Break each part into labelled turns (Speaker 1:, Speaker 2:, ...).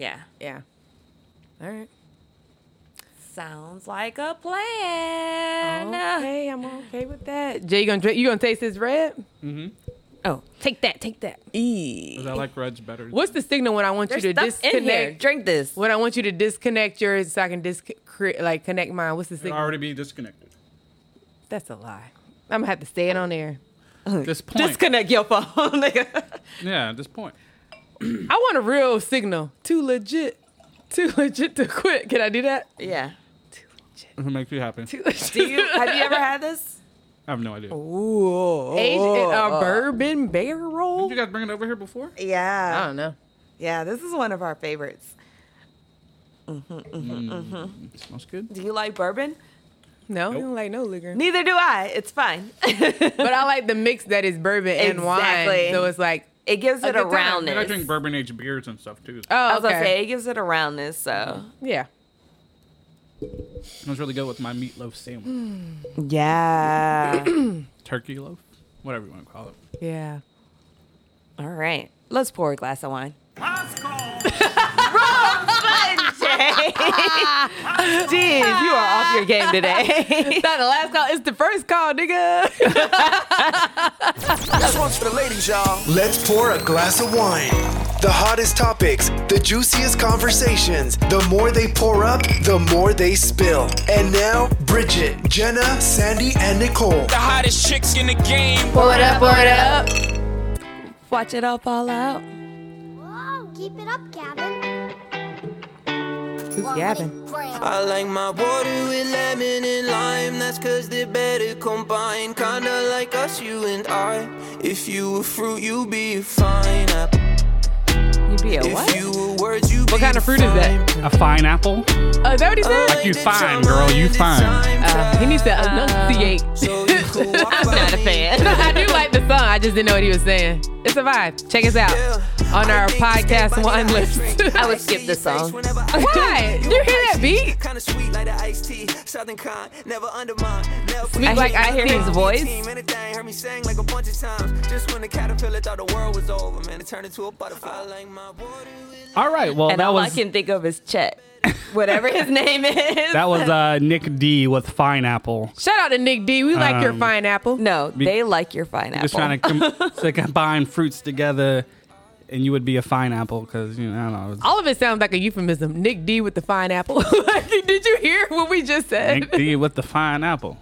Speaker 1: Yeah.
Speaker 2: Yeah. All right.
Speaker 1: Sounds like a plan.
Speaker 2: Okay, I'm okay with that. Jay, you gonna drink? You gonna taste this red?
Speaker 1: Oh, take that, take that.
Speaker 2: E.
Speaker 3: I like reds better.
Speaker 2: What's the signal when I want
Speaker 1: There's
Speaker 2: you to
Speaker 1: stuff in here.
Speaker 2: disconnect?
Speaker 1: Drink this.
Speaker 2: When I want you to disconnect yours so I can dis cre- like connect mine. What's the
Speaker 3: It'll
Speaker 2: signal?
Speaker 3: already be disconnected.
Speaker 2: That's a lie. I'm gonna have to say it on air.
Speaker 3: At this point.
Speaker 2: Disconnect your phone, nigga.
Speaker 3: yeah, at this point.
Speaker 2: I want a real signal. Too legit. Too legit to quit. Can I do that?
Speaker 1: Yeah.
Speaker 3: If it makes you happy.
Speaker 1: Do you have you ever had this?
Speaker 3: I have no idea.
Speaker 1: Ooh.
Speaker 2: Aged in a bourbon barrel?
Speaker 3: Did you guys bring it over here before?
Speaker 2: I
Speaker 1: Yeah.
Speaker 2: don't know.
Speaker 1: Yeah, this is one of our favorites.
Speaker 3: It smells good.
Speaker 1: Do you like bourbon?
Speaker 2: No, I
Speaker 3: Nope.
Speaker 2: don't like no liquor.
Speaker 1: Neither do I. It's fine.
Speaker 2: But I like the mix that is bourbon and
Speaker 1: Exactly.
Speaker 2: wine. So it's like,
Speaker 1: it gives it
Speaker 2: good
Speaker 1: a
Speaker 2: time.
Speaker 3: And I
Speaker 1: roundness.
Speaker 3: drink bourbon aged beers and stuff too. so
Speaker 2: oh,
Speaker 1: I was gonna
Speaker 2: okay.
Speaker 1: say it gives it a roundness, so
Speaker 2: Yeah.
Speaker 3: It smells really good with my meatloaf
Speaker 1: Mm.
Speaker 3: sandwich.
Speaker 1: Yeah.
Speaker 3: Turkey loaf? Whatever you want to call it.
Speaker 2: Yeah.
Speaker 1: All right. Let's pour a glass of wine. Jeez, you are off your game today.
Speaker 2: It's not the last call. It's the first call, nigga.
Speaker 4: This one's for the ladies, y'all. Let's pour a glass of wine. The hottest topics, the juiciest conversations. The more they pour up, the more they spill. And now, Bridget, Jenna, Sandy, and Nicole.
Speaker 5: the hottest chicks in the game.
Speaker 2: Board up, board up.
Speaker 1: Watch it all fall out.
Speaker 6: Wow, keep it up, Gavin.
Speaker 1: Who's gabbing?
Speaker 7: I like my water with lemon and lime, that's cause they're better combined. Kinda like us, you and I. If you were fruit, you'd be a fine apple.
Speaker 1: You be a
Speaker 7: If
Speaker 1: what?
Speaker 7: you were words, you'd
Speaker 2: What kind of fruit is that?
Speaker 3: A fine apple?
Speaker 2: Oh, is that what he said?
Speaker 3: Like you fine, girl. You fine.
Speaker 2: Uh, he needs to enunciate.
Speaker 7: I'm
Speaker 1: Not a fan.
Speaker 2: I do like the song. I just didn't know what he was saying. It's a vibe. Check us out on our podcast wine list.
Speaker 1: I would skip this song.
Speaker 2: Why? You hear that beat?
Speaker 7: Kind of sweet like the iced tea, southern kind, never undermine. Never
Speaker 1: I like I hear his voice.
Speaker 7: Team, anything, heard me sing like a bunch of times. Just when the caterpillar thought the world was over, man, it turned into a butterfly. I like my water.
Speaker 3: All right. Well,
Speaker 1: And
Speaker 3: that
Speaker 1: all
Speaker 3: was
Speaker 1: I can think of is Chet. Whatever his name is.
Speaker 3: that was uh, Nick D with fine apple.
Speaker 2: Shout out to Nick D. We like your
Speaker 3: Um,
Speaker 2: fine apple.
Speaker 1: no, they like your fine apple.
Speaker 3: Just trying to, com- to combine fruits together, and you would be a fine apple because you know I don't know. it's-
Speaker 2: All of it sounds like a euphemism. Nick D with the fine apple. Like, Did you hear what we just said?
Speaker 3: Nick D with the fine apple.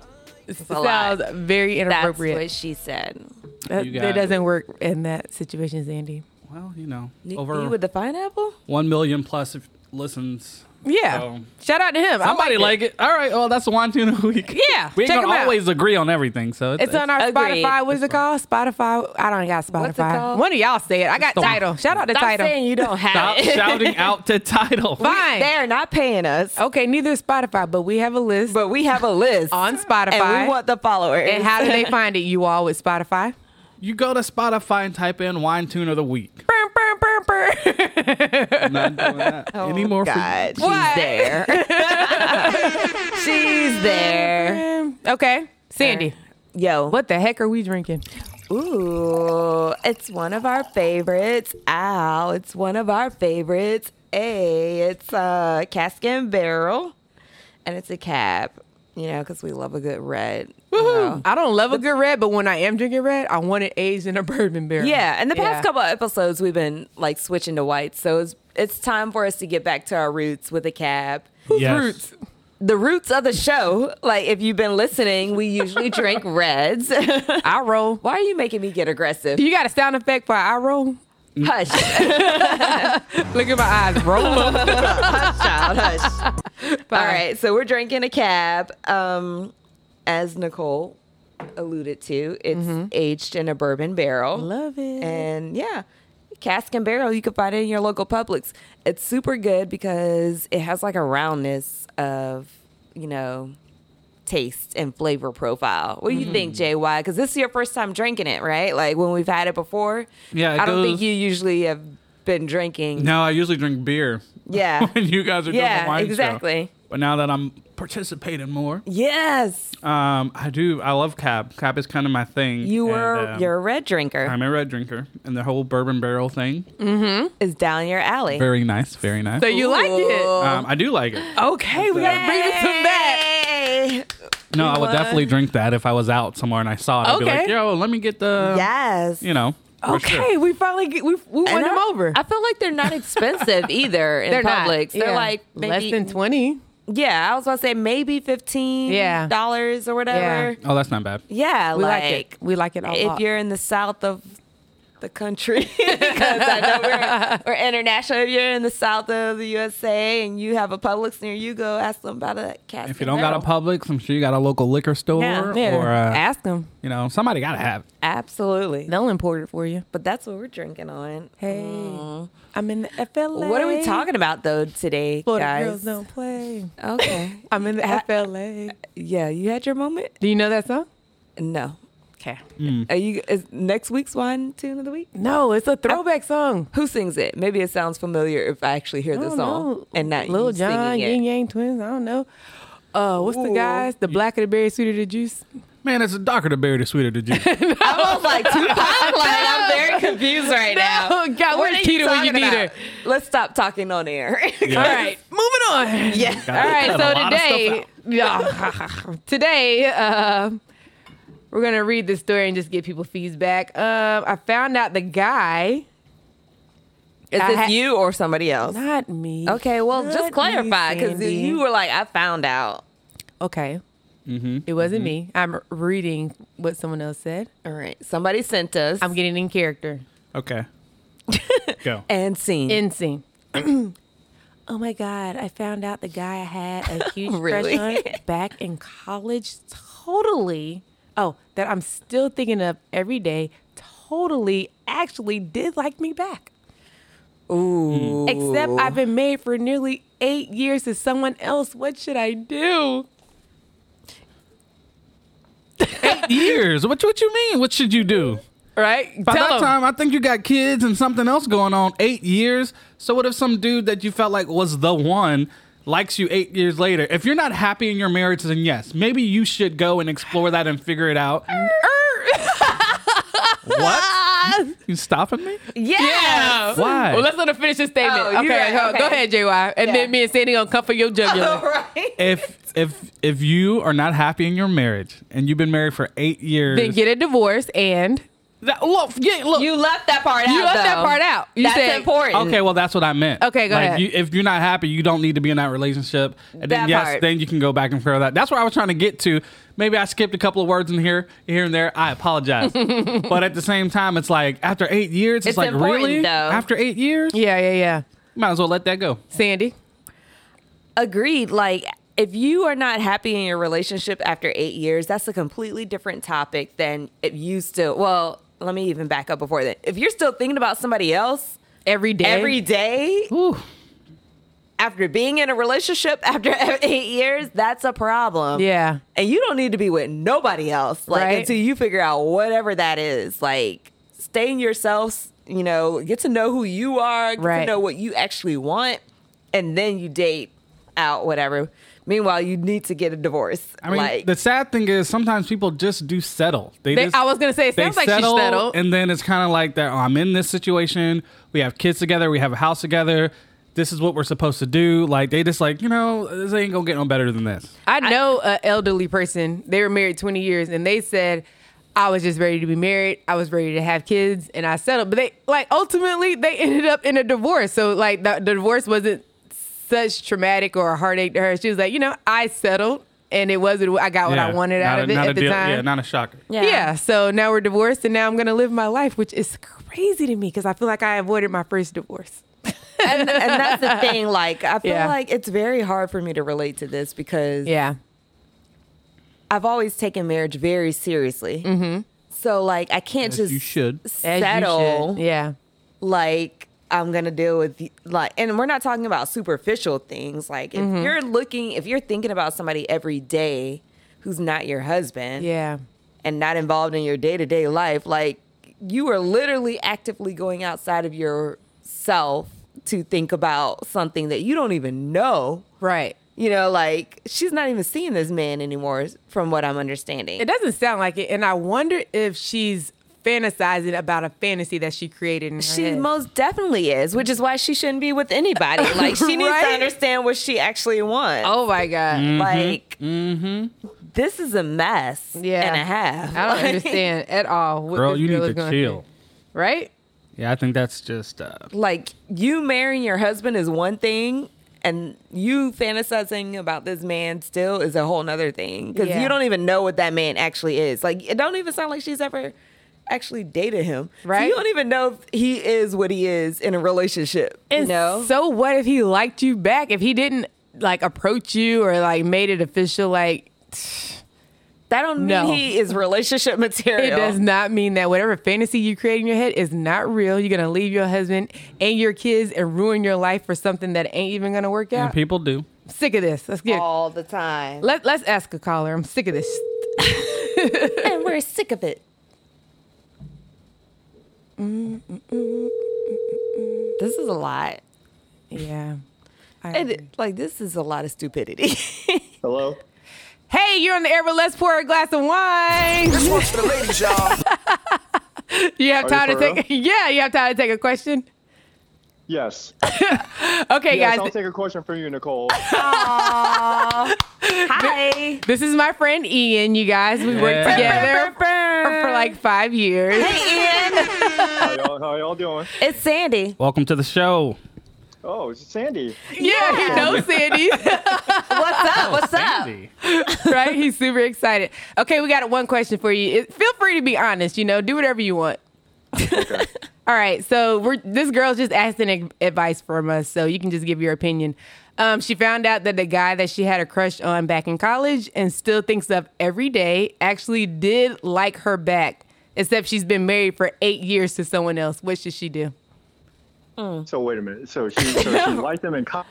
Speaker 2: It
Speaker 1: a lot.
Speaker 2: sounds very
Speaker 1: That's what
Speaker 2: inappropriate.
Speaker 1: she said.
Speaker 2: That,
Speaker 3: You
Speaker 2: that
Speaker 3: got it.
Speaker 2: doesn't work in that situation, Sandy.
Speaker 3: Well, you know,
Speaker 1: Nick
Speaker 3: over
Speaker 1: D with the pineapple?
Speaker 3: one million plus if listens.
Speaker 2: Yeah.
Speaker 3: Um,
Speaker 2: Shout out to him.
Speaker 3: Somebody
Speaker 2: I like
Speaker 3: like it. All right. Well, that's the wine tune of the week.
Speaker 2: Yeah,
Speaker 3: We ain't
Speaker 2: check
Speaker 3: gonna
Speaker 2: 'em out.
Speaker 3: always agree on everything, so it's,
Speaker 2: It's on our
Speaker 1: Agreed.
Speaker 2: Spotify. What is it called? Spotify. I don't got Spotify.
Speaker 1: What's it called?
Speaker 2: One of y'all say it. I got
Speaker 3: the-
Speaker 2: title. Shout out to
Speaker 1: Stop
Speaker 2: title.
Speaker 1: saying you don't have
Speaker 3: Stop
Speaker 1: it.
Speaker 3: shouting out to title.
Speaker 2: Fine.
Speaker 1: They're not paying us,
Speaker 2: Okay, neither is Spotify, but we have a list
Speaker 1: but we have a list
Speaker 2: on Spotify.
Speaker 1: and we want the followers.
Speaker 2: And how do they find it? You all with Spotify?
Speaker 3: You go to Spotify and type in wine tune of the week.
Speaker 2: Burr, burr, burr, burr.
Speaker 3: I'm not doing that anymore. for you.
Speaker 1: Oh, God, she's
Speaker 2: What?
Speaker 1: there. she's there.
Speaker 2: Um, okay, Sandy.
Speaker 1: Uh, Yo,
Speaker 2: What the heck are we drinking?
Speaker 1: Ooh, it's one of our favorites. Ow, it's one of our favorites. A, it's a cask and barrel, and it's a cab. You know, because we love a good red. you know.
Speaker 2: I don't love a good red, but when I am drinking red, I want it aged in a bourbon barrel.
Speaker 1: Yeah, and the past
Speaker 2: Yeah.
Speaker 1: couple of episodes we've been like switching to whites, so it's it's time for us to get back to our roots with a cab.
Speaker 3: Yes.
Speaker 2: Fruits.
Speaker 1: The roots of the show, like if you've been listening, we usually drink reds.
Speaker 2: I roll.
Speaker 1: Why are you making me get aggressive?
Speaker 2: You got a sound effect for I roll?
Speaker 1: Hush.
Speaker 2: Look at my eyes roll up.
Speaker 1: All right, so we're drinking a cab. Um, as Nicole alluded to, it's
Speaker 2: Mm-hmm.
Speaker 1: aged in a bourbon barrel.
Speaker 2: Love
Speaker 3: Mm-hmm.
Speaker 2: it.
Speaker 1: And yeah, cask and barrel, you can find it in your local Publix. It's super good because it has like a roundness of, you know, taste and flavor profile. What do you think,
Speaker 3: Mm-hmm.
Speaker 1: JY? Because this is your first time drinking it, right? Like when we've had it before.
Speaker 3: Yeah, it
Speaker 1: I don't think
Speaker 3: goes-
Speaker 1: you usually have been drinking.
Speaker 3: No, I usually drink beer
Speaker 1: Yeah.
Speaker 3: when you guys are doing the
Speaker 1: yeah,
Speaker 3: wine show.
Speaker 1: exactly.
Speaker 3: But now that I'm participating more,
Speaker 1: Yes,
Speaker 3: um, I do. I love cab. Cab is kind of my thing.
Speaker 1: you
Speaker 3: and,
Speaker 1: were
Speaker 3: um,
Speaker 1: you're a red drinker.
Speaker 3: I'm a red drinker, and the whole bourbon barrel thing.
Speaker 1: is down your alley.
Speaker 3: Very nice. Very nice.
Speaker 2: So you like it?
Speaker 3: Um, I do like it.
Speaker 2: Okay, we gotta bring this one back.
Speaker 1: Hey.
Speaker 3: No, I would
Speaker 2: One.
Speaker 3: definitely drink that if I was out somewhere and I saw it. I'd be like,
Speaker 2: Okay.
Speaker 3: yo, let me get the,
Speaker 1: Yes.
Speaker 3: you know. for
Speaker 2: Okay,
Speaker 3: sure.
Speaker 2: we finally get, we we won
Speaker 1: And
Speaker 2: him
Speaker 1: I-
Speaker 2: over.
Speaker 1: I feel like they're not expensive either in
Speaker 2: They're not.
Speaker 1: Publix. They're
Speaker 2: Yeah.
Speaker 1: like maybe,
Speaker 2: less than twenty.
Speaker 1: Yeah, I was about to say maybe fifteen
Speaker 2: Yeah.
Speaker 1: dollars or whatever.
Speaker 3: Oh, that's not bad.
Speaker 1: Yeah,
Speaker 2: We
Speaker 1: like,
Speaker 2: like, it. We like it a
Speaker 1: if
Speaker 2: lot.
Speaker 1: you're in the south of the country, because I know we're, we're international. If you're in the south of the USA and you have a Publix near you, go ask them about a cask.
Speaker 3: If you don't got a Publix, I'm sure you got a local liquor store
Speaker 1: Yeah.
Speaker 2: yeah.
Speaker 3: or, uh,
Speaker 2: ask them.
Speaker 3: you know, somebody got to have it.
Speaker 1: absolutely.
Speaker 2: They'll import it for you.
Speaker 1: But that's what we're drinking on.
Speaker 2: Hey, I'm in the FLA.
Speaker 1: What are we talking about though today,
Speaker 2: Florida
Speaker 1: guys? Uh,
Speaker 2: girls don't play.
Speaker 1: Okay.
Speaker 2: I'm in the FLA.
Speaker 1: yeah, you had your moment.
Speaker 2: Do you know that song?
Speaker 1: No.
Speaker 2: Okay.
Speaker 3: Mm.
Speaker 1: Are you is next week's wine tune of the week?
Speaker 2: No, it's a throwback song.
Speaker 1: Who sings it? Maybe it sounds familiar if I actually hear the
Speaker 2: don't
Speaker 1: song
Speaker 2: know.
Speaker 1: and not
Speaker 2: Lil
Speaker 1: you
Speaker 2: Oh, John, Yin
Speaker 1: singing it.
Speaker 2: Yang Twins. I don't know. Uh, what's the guys? The black of the berry, sweet of the juice.
Speaker 3: Man, it's a darker the berry, the sweeter the juice.
Speaker 1: I was like, Tupac, Oh, like I'm very confused right
Speaker 2: No,
Speaker 1: now.
Speaker 2: God,
Speaker 1: What
Speaker 2: where's
Speaker 1: are
Speaker 2: Keita when you
Speaker 1: talking
Speaker 2: need
Speaker 1: about?
Speaker 2: her?
Speaker 1: Let's stop talking on air.
Speaker 3: Yeah.
Speaker 2: All right, moving on.
Speaker 1: yeah.
Speaker 3: Got
Speaker 2: All right,
Speaker 3: cut a lot of stuff
Speaker 2: so today, Yeah. today, uh, we're gonna read this story and just get people feedback. Um, I found out the guy,
Speaker 1: Is
Speaker 2: I
Speaker 1: this
Speaker 2: ha-
Speaker 1: you or somebody else?
Speaker 2: not me.
Speaker 1: Okay, well,
Speaker 2: Not me,
Speaker 1: just clarify because
Speaker 2: Sandy.
Speaker 1: you were like, I found out.
Speaker 2: okay.
Speaker 3: Mm-hmm.
Speaker 2: It wasn't me. I'm reading what someone else said.
Speaker 1: All right, somebody sent us.
Speaker 2: I'm getting in character.
Speaker 3: Okay. Go.
Speaker 1: and seen.
Speaker 2: In scene. oh my God, I found out the guy I had a huge
Speaker 1: Really?
Speaker 2: crush on back in college. Totally. Oh, that I'm still thinking of every day. Totally actually did like me back. Ooh. Except I've been married for nearly eight years to someone else. What should I do?
Speaker 3: Years. What, what you mean? What should you do?
Speaker 2: Right?
Speaker 3: By that
Speaker 2: Tell him.
Speaker 3: time, I think you got kids and something else going on. Eight years. So what if some dude that you felt like was the one likes you eight years later? If you're not happy in your marriage, then yes, maybe you should go and explore that and figure it out. what? You stopping me?
Speaker 2: Yeah.
Speaker 3: Why?
Speaker 2: Well, let's let her finish this statement.
Speaker 1: Oh,
Speaker 2: okay, uh,
Speaker 1: you're right.
Speaker 2: go- go
Speaker 1: Okay.
Speaker 2: ahead, JY. And
Speaker 1: Yeah.
Speaker 2: then me and Sandy gonna come for your jugular.
Speaker 1: All right.
Speaker 3: If if if you are not happy in your marriage and you've been married for eight years,
Speaker 2: Then get a divorce and
Speaker 3: that, look, yeah, look.
Speaker 1: You left that part out.
Speaker 2: you left that
Speaker 1: though.
Speaker 2: part out. You
Speaker 1: That's
Speaker 2: said,
Speaker 1: important.
Speaker 3: Okay, well that's what I meant.
Speaker 2: Okay, go
Speaker 3: like,
Speaker 2: ahead.
Speaker 3: You, if you're not happy, you don't need to be in that relationship. And then
Speaker 1: That
Speaker 3: yes,
Speaker 1: part.
Speaker 3: then you can go back and figure that. That's where I was trying to get to. Maybe I skipped a couple of words in here, here and there. I apologize. but at the same time, it's like after eight years, it's,
Speaker 1: It's
Speaker 3: like
Speaker 1: important,
Speaker 3: really
Speaker 1: though.
Speaker 3: after eight years, you
Speaker 2: Yeah, yeah, yeah.
Speaker 3: might as well let that go.
Speaker 2: Sandy.
Speaker 1: Agreed. Like, if you are not happy in your relationship after eight years, that's a completely different topic than if you still, well, let me even back up before that. If you're still thinking about somebody else
Speaker 2: Every day.
Speaker 1: every day
Speaker 3: Whew.
Speaker 1: after being in a relationship after eight years, that's a problem.
Speaker 2: Yeah.
Speaker 1: And you don't need to be with nobody else. Like,
Speaker 2: Right.
Speaker 1: until you figure out whatever that is. Like, stay in yourself, you know, get to know who you are, get to
Speaker 2: Right.
Speaker 1: know what you actually want, and then you date out whatever. Meanwhile, you need to get a divorce.
Speaker 3: I mean,
Speaker 1: like,
Speaker 3: the sad thing is sometimes people just do settle. They,
Speaker 2: They-
Speaker 3: just,
Speaker 2: I was gonna say, it
Speaker 3: they
Speaker 2: sounds like she settled.
Speaker 3: and then it's kind of like that. Oh, I'm in this situation. We have kids together. We have a house together. This is what we're supposed to do. Like they just like you know this ain't gonna get no better than this.
Speaker 2: I know an elderly person. They were married 20 years and they said, I was just ready to be married. I was ready to have kids and I settled. But they, like, ultimately, they ended up in a divorce. So, like, the, the divorce wasn't such traumatic or a heartache to her. She was like, you know, I settled and it wasn't, I got Oh, what I
Speaker 3: Yeah,
Speaker 2: wanted out
Speaker 3: not
Speaker 2: of
Speaker 3: a-
Speaker 2: it
Speaker 3: not a
Speaker 2: at the
Speaker 3: deal-
Speaker 2: time.
Speaker 3: Yeah, not a shocker.
Speaker 2: Yeah. So now we're divorced, and now I'm gonna live my life, which is crazy to me because I feel like I avoided my first divorce.
Speaker 1: and, and that's the thing. Like, I feel
Speaker 2: Yeah.
Speaker 1: like it's very hard for me to relate to this because
Speaker 2: Yeah.
Speaker 1: I've always taken marriage very seriously.
Speaker 2: Mm-hmm.
Speaker 1: So, like, I can't
Speaker 3: As
Speaker 1: just
Speaker 3: you should.
Speaker 1: settle.
Speaker 2: Yeah.
Speaker 1: like I'm gonna deal with y- like, and we're not talking about superficial things. Like if
Speaker 2: Mm-hmm.
Speaker 1: you're looking, if you're thinking about somebody every day who's not your husband,
Speaker 2: Yeah.
Speaker 1: and not involved in your day to day life, like you are literally actively going outside of yourself to think about something that you don't even know
Speaker 2: Right.
Speaker 1: You know, like she's not even seeing this man anymore, from what I'm understanding.
Speaker 2: It doesn't sound like it, and I wonder if she's fantasizing about a fantasy that she created in her
Speaker 1: She
Speaker 2: head.
Speaker 1: most definitely is, which is why she shouldn't be with anybody. Like she needs
Speaker 2: Right?
Speaker 1: to understand what she actually wants.
Speaker 2: oh my god!
Speaker 1: like this is a mess
Speaker 2: Yeah,
Speaker 1: and a half.
Speaker 2: I
Speaker 1: Like,
Speaker 2: don't understand at all. What
Speaker 3: Girl,
Speaker 2: this
Speaker 3: you
Speaker 2: girl
Speaker 3: need
Speaker 2: is
Speaker 3: to
Speaker 2: going
Speaker 3: chill.
Speaker 2: through. right?
Speaker 3: Yeah, I think that's just uh,
Speaker 1: Like you marrying your husband is one thing. And you fantasizing about this man still is a whole nother thing because
Speaker 2: Yeah.
Speaker 1: you don't even know what that man actually is. Like, it don't even sound like she's ever actually dated him. So
Speaker 2: Right.
Speaker 1: you don't even know if he is what he is in a relationship. you
Speaker 2: And
Speaker 1: know?
Speaker 2: so what if he liked you back? If he didn't like approach you or like made it official, like
Speaker 1: That don't mean
Speaker 2: No.
Speaker 1: he is relationship
Speaker 2: it
Speaker 1: material.
Speaker 2: does not mean that whatever fantasy you create in your head is not real. You're gonna leave your husband and your kids and ruin your life for something that ain't even gonna work
Speaker 3: and
Speaker 2: out.
Speaker 3: people do.
Speaker 2: I'm sick of this. Let's get
Speaker 1: all the time.
Speaker 2: let let's ask a caller. I'm sick of this.
Speaker 1: And we're sick of it. This is a lot.
Speaker 2: Yeah. I
Speaker 1: And
Speaker 2: agree.
Speaker 1: it- like this is a lot of stupidity.
Speaker 8: Hello.
Speaker 2: hey, you're on the air, but let's pour a glass of wine.
Speaker 4: This one's for the ladies, y'all.
Speaker 2: You have
Speaker 8: Are you
Speaker 2: time to
Speaker 8: for real?
Speaker 2: take yeah, you have time to take a question.
Speaker 8: Yes.
Speaker 2: Okay,
Speaker 8: yes,
Speaker 2: guys.
Speaker 8: I'll take a question from you, Nicole.
Speaker 1: Hi.
Speaker 2: This is my friend Ian, you guys. We worked
Speaker 3: Yeah.
Speaker 2: together for, for like five years.
Speaker 8: how, y'all, how y'all doing?
Speaker 1: It's Sandy.
Speaker 3: Welcome to the show.
Speaker 8: Oh, it's Sandy.
Speaker 2: Yeah, he knows Sandy,
Speaker 1: What's up? What's up?
Speaker 3: Sandy.
Speaker 2: right? He's super excited. Okay, we got one question for you. It- feel free to be honest, you know, do whatever you want.
Speaker 8: Okay.
Speaker 2: All right, so we're, this girl's just asking ag- advice from us, so you can just give your opinion. Um, she found out that the guy that she had a crush on back in college and still thinks of every day actually did like her back, except she's been married for eight years to someone else. What should she do?
Speaker 8: so wait a minute. So she, so she liked him in college,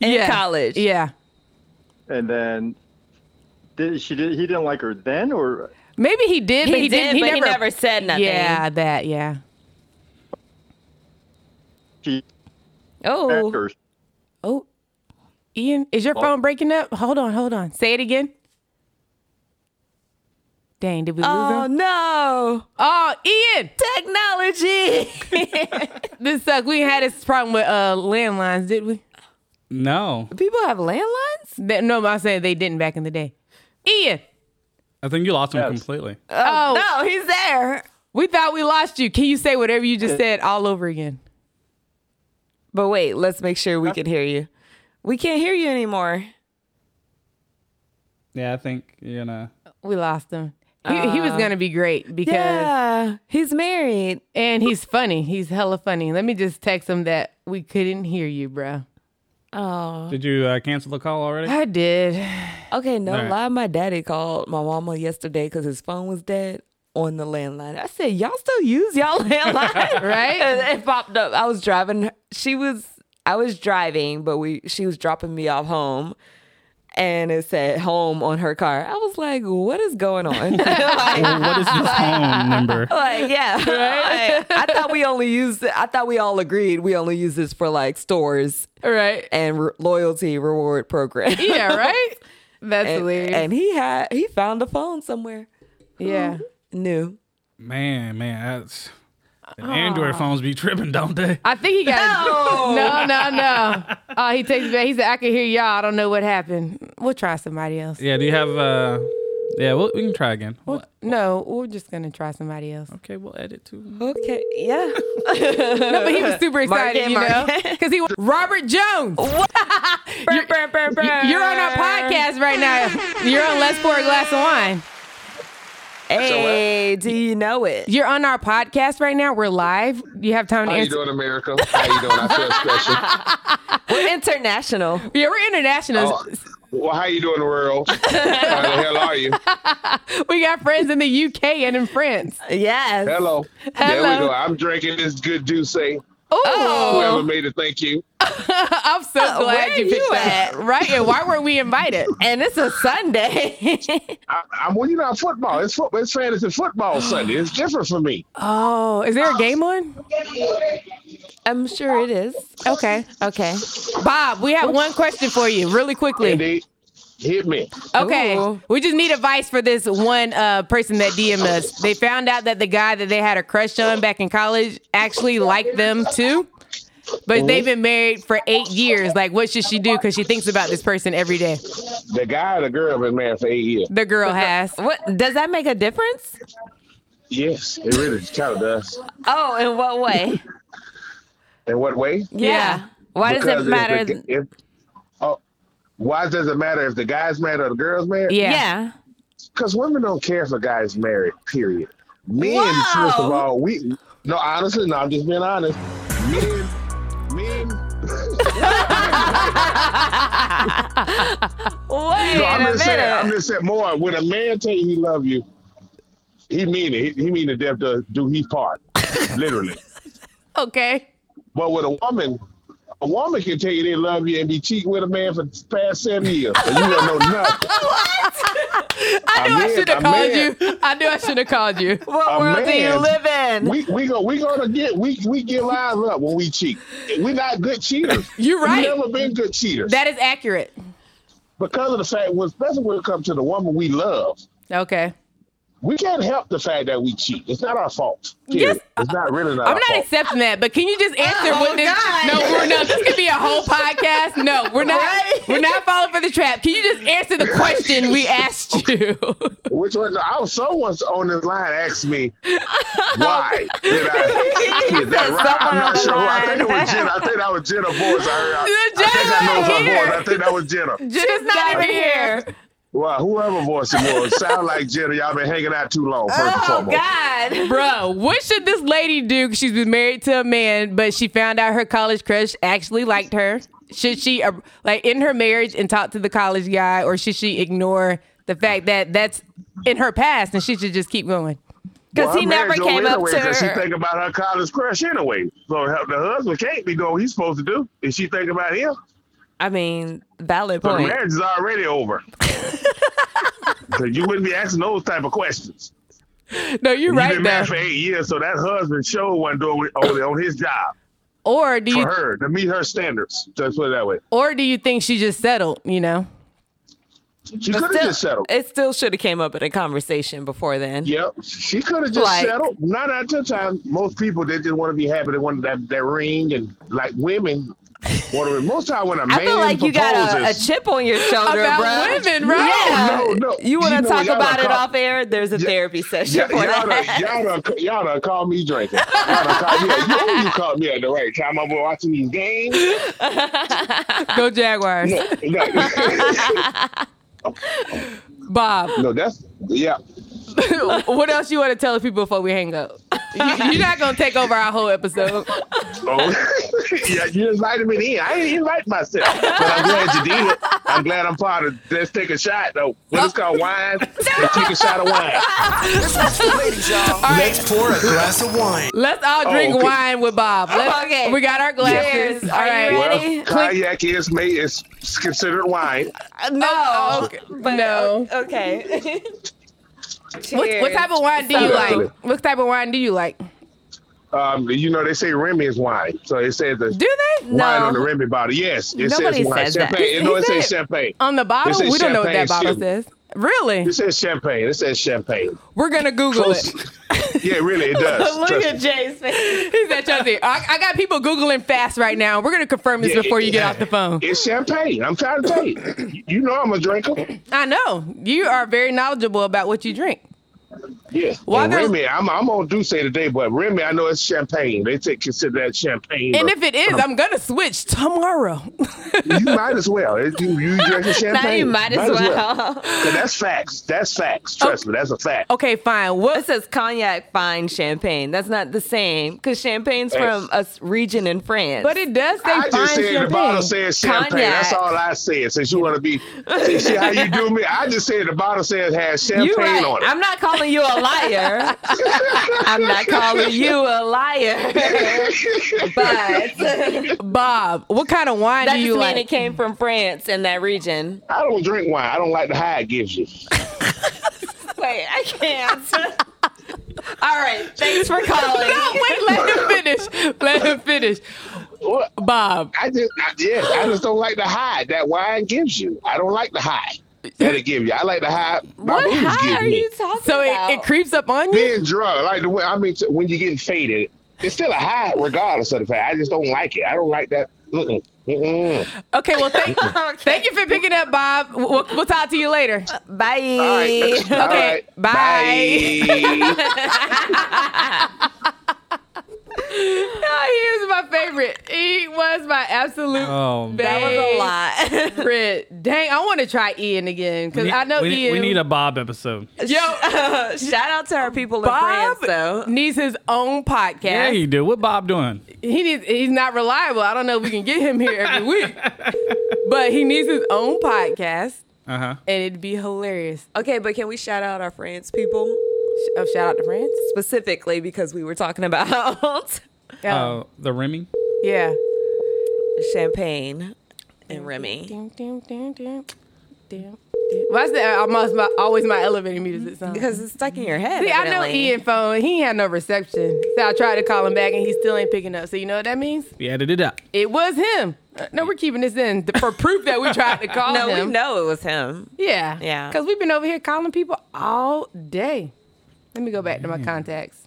Speaker 1: In college.
Speaker 2: Yeah.
Speaker 8: and then did she did he didn't like her then, or
Speaker 2: Maybe he did,
Speaker 1: He,
Speaker 2: but he
Speaker 1: did,
Speaker 2: didn't. He,
Speaker 1: but
Speaker 2: never,
Speaker 1: he never said nothing.
Speaker 2: Yeah, that. Yeah.
Speaker 8: she
Speaker 1: Oh.
Speaker 8: or
Speaker 2: Oh, Ian, is your phone breaking up? Hold on, hold on. Say it again. Dang, did we lose
Speaker 1: Oh
Speaker 2: him?
Speaker 1: no.
Speaker 2: Oh, Ian,
Speaker 1: Technology.
Speaker 2: this sucks. We ain't had this problem with uh, landlines, did we?
Speaker 3: No,
Speaker 1: People have landlines?
Speaker 2: That, no, I'm saying they didn't back in the day. Ian,
Speaker 3: I think you lost him
Speaker 8: Yes.
Speaker 3: completely.
Speaker 2: oh,
Speaker 1: No, he's there.
Speaker 2: we thought we lost you. Can you say whatever you just said all over again?
Speaker 1: But wait, let's make sure we can hear you. We can't hear you anymore.
Speaker 3: Yeah, I think you know.
Speaker 2: We lost him. He, he
Speaker 1: Uh,
Speaker 2: was gonna be great because,
Speaker 1: Yeah. He's married.
Speaker 2: and he's funny. He's hella funny. Let me just text him that we couldn't hear you, bruh.
Speaker 1: Oh.
Speaker 3: Did you uh, cancel the call already?
Speaker 2: I did.
Speaker 1: Okay, no
Speaker 3: All right.
Speaker 1: lie. My daddy called my mama yesterday because his phone was dead on the landline. I said, Y'all still use y'all landline?
Speaker 2: Right?
Speaker 1: And it popped up. I was driving. She was I was driving, but we she was dropping me off home. And it said home on her car. I was like, what is going on? Like,
Speaker 3: Well, what is this phone number?
Speaker 1: like yeah Like, i thought we only used it i thought we all agreed we only use this for like stores
Speaker 2: Right.
Speaker 1: and re- loyalty reward program
Speaker 2: Yeah, right? That's
Speaker 1: and,
Speaker 2: hilarious.
Speaker 1: and he had he found a phone somewhere
Speaker 2: yeah.
Speaker 1: new
Speaker 3: Man, man, that's. the Android phones be tripping, don't they?
Speaker 2: I think he got
Speaker 1: No.
Speaker 2: no, no, no. Oh, he takes it back. He said, I can hear y'all. I don't know what happened. We'll try somebody else.
Speaker 3: Yeah, do you have uh Yeah, we'll, we can try again. Well,
Speaker 2: No, we're just gonna try somebody else.
Speaker 3: okay, we'll edit too.
Speaker 1: okay yeah
Speaker 2: No, but he was super
Speaker 1: Mark
Speaker 2: excited,
Speaker 1: it,
Speaker 2: you
Speaker 1: mark
Speaker 2: know,
Speaker 1: it.
Speaker 2: because he was Robert Jones.
Speaker 1: Brr, brr, brr, brr.
Speaker 2: You're on our podcast right now. You're on Let's Pour a Glass of Wine.
Speaker 1: hey do you know it
Speaker 2: You're on our podcast right now. We're live. You have time to
Speaker 9: How you
Speaker 2: answer.
Speaker 9: doing, America? How you doing? I feel special.
Speaker 1: we're international
Speaker 2: Yeah, we're international.
Speaker 9: Oh, well, how you doing, world? How the hell are you? Oh.
Speaker 2: We got friends in the UK and in France.
Speaker 1: yes
Speaker 9: Hello. There we
Speaker 2: Hello.
Speaker 9: go. I'm drinking this good juice.
Speaker 2: Oh,
Speaker 9: Whoever made it, thank you.
Speaker 2: I'm so glad
Speaker 1: where
Speaker 2: you
Speaker 1: you
Speaker 2: picked that.
Speaker 1: at?
Speaker 2: Right? And why weren't we invited?
Speaker 1: and it's a Sunday.
Speaker 9: I, I'm well, you know, football. It's football. It's fantasy football Sunday. It's different for me.
Speaker 2: Oh, is there a game on?
Speaker 1: I'm sure it is. Oh,
Speaker 2: Okay.
Speaker 1: Okay.
Speaker 2: Bob, we have one question for you really quickly.
Speaker 9: Indeed, hit me.
Speaker 2: Okay.
Speaker 1: Ooh.
Speaker 2: We just need advice for this one uh, person that DM'd us. They found out that the guy that they had a crush on back in college actually liked them too. But they've been married for eight years. Like, what should she do? Because she thinks about this person every day.
Speaker 9: The guy or the girl been married for eight years.
Speaker 2: The girl has.
Speaker 1: What does that make a difference?
Speaker 9: Yes, it really kind of does.
Speaker 1: Oh, in what way?
Speaker 9: In what way?
Speaker 1: Yeah. Why does
Speaker 9: Because
Speaker 1: it
Speaker 9: if
Speaker 1: matter?
Speaker 9: the- if- oh, why does it matter if the guy's married or the girl's married?
Speaker 2: Yeah.
Speaker 1: yeah.
Speaker 9: Because women don't care if a guy's married, period. Men,
Speaker 1: Wow.
Speaker 9: first of all, we no, honestly, no, I'm just being honest. Men, men,
Speaker 1: Wait
Speaker 9: no, I'm
Speaker 1: a
Speaker 9: just saying, I'm
Speaker 1: minute.
Speaker 9: just saying more. When a man tell you he love you, he mean it. He, he mean the death to do his part, literally.
Speaker 2: Okay.
Speaker 9: But with a woman, a woman can tell you they love you and be cheating with a man for the past seven years, and you don't know nothing.
Speaker 2: I knew I,
Speaker 9: meant-
Speaker 2: should have
Speaker 9: I
Speaker 2: called
Speaker 9: meant-
Speaker 2: you. I knew I should have called you.
Speaker 1: What
Speaker 9: a
Speaker 1: world do you
Speaker 9: man-
Speaker 1: live in?
Speaker 9: We we go we gonna get we we give lives up when we cheat. We're not good cheaters.
Speaker 2: You're
Speaker 9: We
Speaker 2: right.
Speaker 9: never been good cheaters
Speaker 2: That is accurate.
Speaker 9: because of the fact, well, especially when it comes to the woman we love.
Speaker 2: Okay.
Speaker 9: We can't help the fact that we cheat. It's not our fault.
Speaker 2: Yes.
Speaker 9: period. it's not really not.
Speaker 2: I'm
Speaker 9: our
Speaker 2: not
Speaker 9: fault.
Speaker 2: accepting that, but can you just answer
Speaker 1: Oh,
Speaker 2: what this?
Speaker 1: God.
Speaker 2: No, we're not. This could be a whole podcast. No, we're not.
Speaker 1: Right?
Speaker 2: We're not falling for the trap. Can you just answer the question we asked you?
Speaker 9: Which one? I was someone on this line asked me why did I? Is that right? I'm not sure. who. I think it was Jenna. I think that was Jenna Voice. I, heard. I, I think I know
Speaker 2: Jenna
Speaker 9: her
Speaker 2: here.
Speaker 9: voice. I think that was Jenna.
Speaker 2: Jenna's not
Speaker 1: over
Speaker 2: even here.
Speaker 9: Well, whoever voice it was, sound like Jenna. Y'all been hanging out too long. First and
Speaker 1: Oh
Speaker 9: foremost.
Speaker 1: God.
Speaker 2: Bro, what should this lady do? 'Cause She's been married to a man, but she found out her college crush actually liked her. Should she uh, like in her marriage and talk to the college guy, or should she ignore the fact that that's in her past and she should just keep going?
Speaker 1: Because
Speaker 9: Well,
Speaker 1: he
Speaker 9: her
Speaker 1: never
Speaker 9: marriage over
Speaker 1: came up
Speaker 9: anyway,
Speaker 1: to
Speaker 9: 'cause She
Speaker 1: her.
Speaker 9: think about her college crush anyway. So her- the husband can't be doing what he's supposed to do. If she think about him,
Speaker 1: I mean, valid
Speaker 9: so the
Speaker 1: point.
Speaker 9: marriage is already over. so you wouldn't be asking those type of questions.
Speaker 2: No, you're
Speaker 9: You've
Speaker 2: right
Speaker 9: been married
Speaker 2: though.
Speaker 9: for eight years, so that husband showed one doing it on, on his job
Speaker 2: Or do
Speaker 9: for
Speaker 2: you
Speaker 9: her to meet her standards. Just put it that way.
Speaker 2: or do you think she just settled? You know.
Speaker 9: She could have just settled.
Speaker 1: It still should have came up in a conversation before then.
Speaker 9: Yep, she could have just
Speaker 1: Like-
Speaker 9: settled. Not at the time. Most people they just want to be happy. They want that, that ring and like women. Want to, most time when a man
Speaker 1: I feel like you got a, a
Speaker 9: proposes-
Speaker 1: chip on your shoulder,
Speaker 2: About
Speaker 1: bro.
Speaker 2: women, right?
Speaker 1: Yeah.
Speaker 9: No, no.
Speaker 1: You want to
Speaker 9: You know,
Speaker 1: talk
Speaker 9: y'all
Speaker 1: about
Speaker 9: are
Speaker 1: it
Speaker 9: cop-
Speaker 1: off air? There's a therapy session
Speaker 9: Yeah,
Speaker 1: for
Speaker 9: y'all, done,
Speaker 1: that.
Speaker 9: y'all, done, y'all done caught me drinking. Y'all done caught me. You know you caught me at the right time. I'm watching these games.
Speaker 2: Go Jaguars,
Speaker 9: No, no,
Speaker 2: Bob.
Speaker 9: no, that's yeah.
Speaker 2: what else you want to tell the people before we hang up? You, you're not gonna take over our whole episode.
Speaker 9: Oh, yeah, you invited me in. I didn't invite myself, but I'm glad you did. I'm glad I'm part of. Let's take a shot though. What it's called wine. Let's take a shot of wine.
Speaker 4: This one's for ladies, y'all. Let's pour a glass of wine.
Speaker 2: Let's all drink
Speaker 9: okay. Oh,
Speaker 2: wine with Bob. Let's-
Speaker 1: Okay.
Speaker 2: We got our glasses.
Speaker 1: Cheers.
Speaker 2: All
Speaker 1: Are you
Speaker 2: right.
Speaker 1: ready?
Speaker 9: Well, kayak is made is considered wine. Oh,
Speaker 1: no,
Speaker 2: Okay. no.
Speaker 1: okay.
Speaker 2: What, what type of wine do you
Speaker 9: Cheers.
Speaker 2: like? What type of wine do you like?
Speaker 9: Um, you know they say Remy is wine, so it says the
Speaker 2: Do they?
Speaker 9: wine on the
Speaker 1: No.
Speaker 9: Remy bottle. Yes, it
Speaker 1: Nobody
Speaker 9: says wine.
Speaker 1: says that. um,
Speaker 9: champagne. No,
Speaker 2: He
Speaker 9: it says
Speaker 2: said-
Speaker 9: champagne.
Speaker 2: On the bottle?
Speaker 9: This
Speaker 2: We
Speaker 9: is
Speaker 2: don't know what that bottle
Speaker 9: champagne,
Speaker 2: says. Really?
Speaker 9: It says champagne. It says champagne.
Speaker 2: We're gonna Google it.
Speaker 9: yeah, really, it does.
Speaker 1: Look
Speaker 9: Trust
Speaker 1: at
Speaker 9: me.
Speaker 1: Jay's face.
Speaker 2: He's at Chelsea. I, I got people Googling fast right now. We're gonna confirm this
Speaker 9: Yeah,
Speaker 2: before you get
Speaker 9: yeah.
Speaker 2: off the phone.
Speaker 9: It's champagne. I'm trying to tell you. You know I'm a drinker.
Speaker 2: I know. You are very knowledgeable about what you drink.
Speaker 9: Yeah.
Speaker 2: Why
Speaker 9: and
Speaker 2: there's-
Speaker 9: Remy, I'm I'm on Duce today, but Remy, I know it's champagne. They take consider that champagne.
Speaker 2: And
Speaker 9: but
Speaker 2: if it is, I'm gonna switch tomorrow.
Speaker 9: you might as well. It- you you drinking champagne.
Speaker 1: Now you might as well.
Speaker 9: 'Cause that's facts. That's facts. Trust me, that's a fact.
Speaker 2: okay, fine. What
Speaker 1: It says cognac, fine champagne. That's not the same because champagne's
Speaker 9: Hey.
Speaker 1: from a s- region in France.
Speaker 2: But it does say
Speaker 9: I
Speaker 2: fine
Speaker 9: just said the bottle
Speaker 2: champagne.
Speaker 9: says champagne. That's
Speaker 1: Cognac.
Speaker 9: all I said. Since you want to be, see, see how you do me. I just said the bottle says has champagne
Speaker 1: you right.
Speaker 9: on it.
Speaker 1: I'm not calling you a a liar. I'm not calling you a liar. but that
Speaker 2: Bob, what kind of wine
Speaker 1: just
Speaker 2: do
Speaker 1: mean
Speaker 2: you
Speaker 1: it
Speaker 2: like?
Speaker 1: came from France in that region.
Speaker 9: I don't drink wine. I don't like the high it gives you.
Speaker 1: Wait, I can't. All right, thanks for calling.
Speaker 2: No, wait, let him finish. Let him finish.
Speaker 9: What?
Speaker 2: Bob,
Speaker 9: I just, I, yeah, I just don't like the high that wine gives you. I don't like the high that it gives you. I like the high my
Speaker 1: what
Speaker 9: booze
Speaker 1: high
Speaker 9: give
Speaker 1: are
Speaker 9: me.
Speaker 1: you talking
Speaker 2: so
Speaker 1: about?
Speaker 2: it, it creeps up on you?
Speaker 9: Being drunk, like the way I mean, t- when you're getting faded, it's still a high regardless of the fact. I just don't like it. I don't like that. Mm-mm, mm-mm.
Speaker 2: Okay, well, thank, thank you for picking up, Bob. We'll, we'll talk to you later.
Speaker 1: Uh, Bye.
Speaker 9: All right. All
Speaker 2: Okay,
Speaker 9: right. Bye.
Speaker 2: he was my favorite. He was my absolute
Speaker 3: Oh,
Speaker 1: That was a lot.
Speaker 2: favorite. Dang, I want to try Ian again because
Speaker 3: we-
Speaker 2: I know
Speaker 3: we,
Speaker 2: Ian
Speaker 3: we need a Bob episode.
Speaker 1: Shout out to our people in
Speaker 2: Bob
Speaker 1: France, though.
Speaker 2: needs his own podcast.
Speaker 3: Yeah, you do. What Bob doing?
Speaker 2: he needs he's not reliable. I don't know if we can get him here every week. but he needs his own podcast
Speaker 3: Uh huh.
Speaker 2: and it'd be hilarious.
Speaker 1: Okay, but can we shout out our France people
Speaker 2: Sh- Oh, shout out to France.
Speaker 1: specifically because we were talking about
Speaker 2: Yeah.
Speaker 3: Uh, the Remy.
Speaker 2: yeah.
Speaker 1: champagne and Remy
Speaker 2: Ding, ding, ding, ding, ding, ding. Why's that almost my, always my elevator music song?
Speaker 1: because it's stuck in your head.
Speaker 2: See, I know
Speaker 1: evidently.
Speaker 2: Ian phone. He ain't had no reception. So I tried to call him back and he still ain't picking up. So you know what that means?
Speaker 3: We edited it up.
Speaker 2: It was him. Uh, No, we're keeping this in th- for proof that we tried to call
Speaker 1: No,
Speaker 2: him.
Speaker 1: we know it was him.
Speaker 2: Yeah.
Speaker 1: Yeah.
Speaker 2: Because we've been over here calling people all day. Let me go back to my contacts.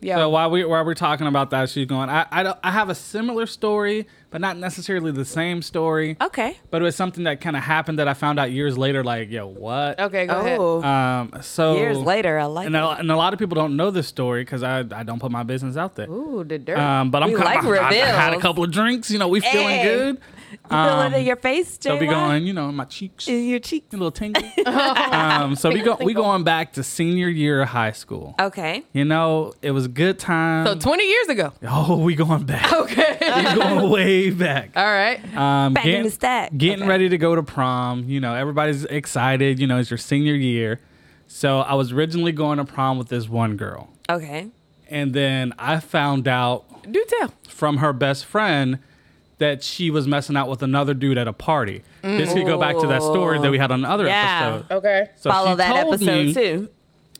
Speaker 2: Yeah.
Speaker 3: So while we while we're talking about that, she's going. I I, don't, I have a similar story, but not necessarily the same story.
Speaker 1: Okay.
Speaker 3: But it was something that kind of happened that I found out years later. Like, yo, what?
Speaker 2: okay, go ahead.
Speaker 1: Oh,
Speaker 3: Um. So
Speaker 1: years later, I like.
Speaker 3: and a, and a lot of people don't know this story because I I don't put my business out there.
Speaker 2: Ooh, the dirt.
Speaker 3: Um. But I'm
Speaker 1: We
Speaker 3: kind
Speaker 1: like
Speaker 3: of I, I had a
Speaker 1: reveals.
Speaker 3: couple of drinks. You know, we feeling
Speaker 1: Hey.
Speaker 3: good.
Speaker 1: Feel
Speaker 3: um,
Speaker 1: it in your face, Jay.
Speaker 3: They'll be going. You know, in my cheeks.
Speaker 1: in your cheek.
Speaker 3: a little tingle. um, so we go we going back to senior year of high school.
Speaker 1: Okay.
Speaker 3: You know, it was a good time.
Speaker 2: so 20 years ago.
Speaker 3: oh, we going back.
Speaker 2: Okay.
Speaker 3: we going way back.
Speaker 2: all right.
Speaker 3: Um,
Speaker 1: Back in
Speaker 3: getting,
Speaker 1: the stack.
Speaker 3: Getting
Speaker 1: Okay.
Speaker 3: ready to go to prom. You know, everybody's excited. You know, it's your senior year. So I was originally going to prom with this one girl,
Speaker 1: Okay.
Speaker 3: and then I found out
Speaker 2: Do tell.
Speaker 3: from her best friend that she was messing out with another dude at a party. This could go back to that story that we had on the other
Speaker 1: Yeah.
Speaker 3: episode.
Speaker 2: Okay.
Speaker 3: So
Speaker 1: Follow
Speaker 3: she
Speaker 1: that
Speaker 3: told
Speaker 1: episode
Speaker 3: me-
Speaker 1: too.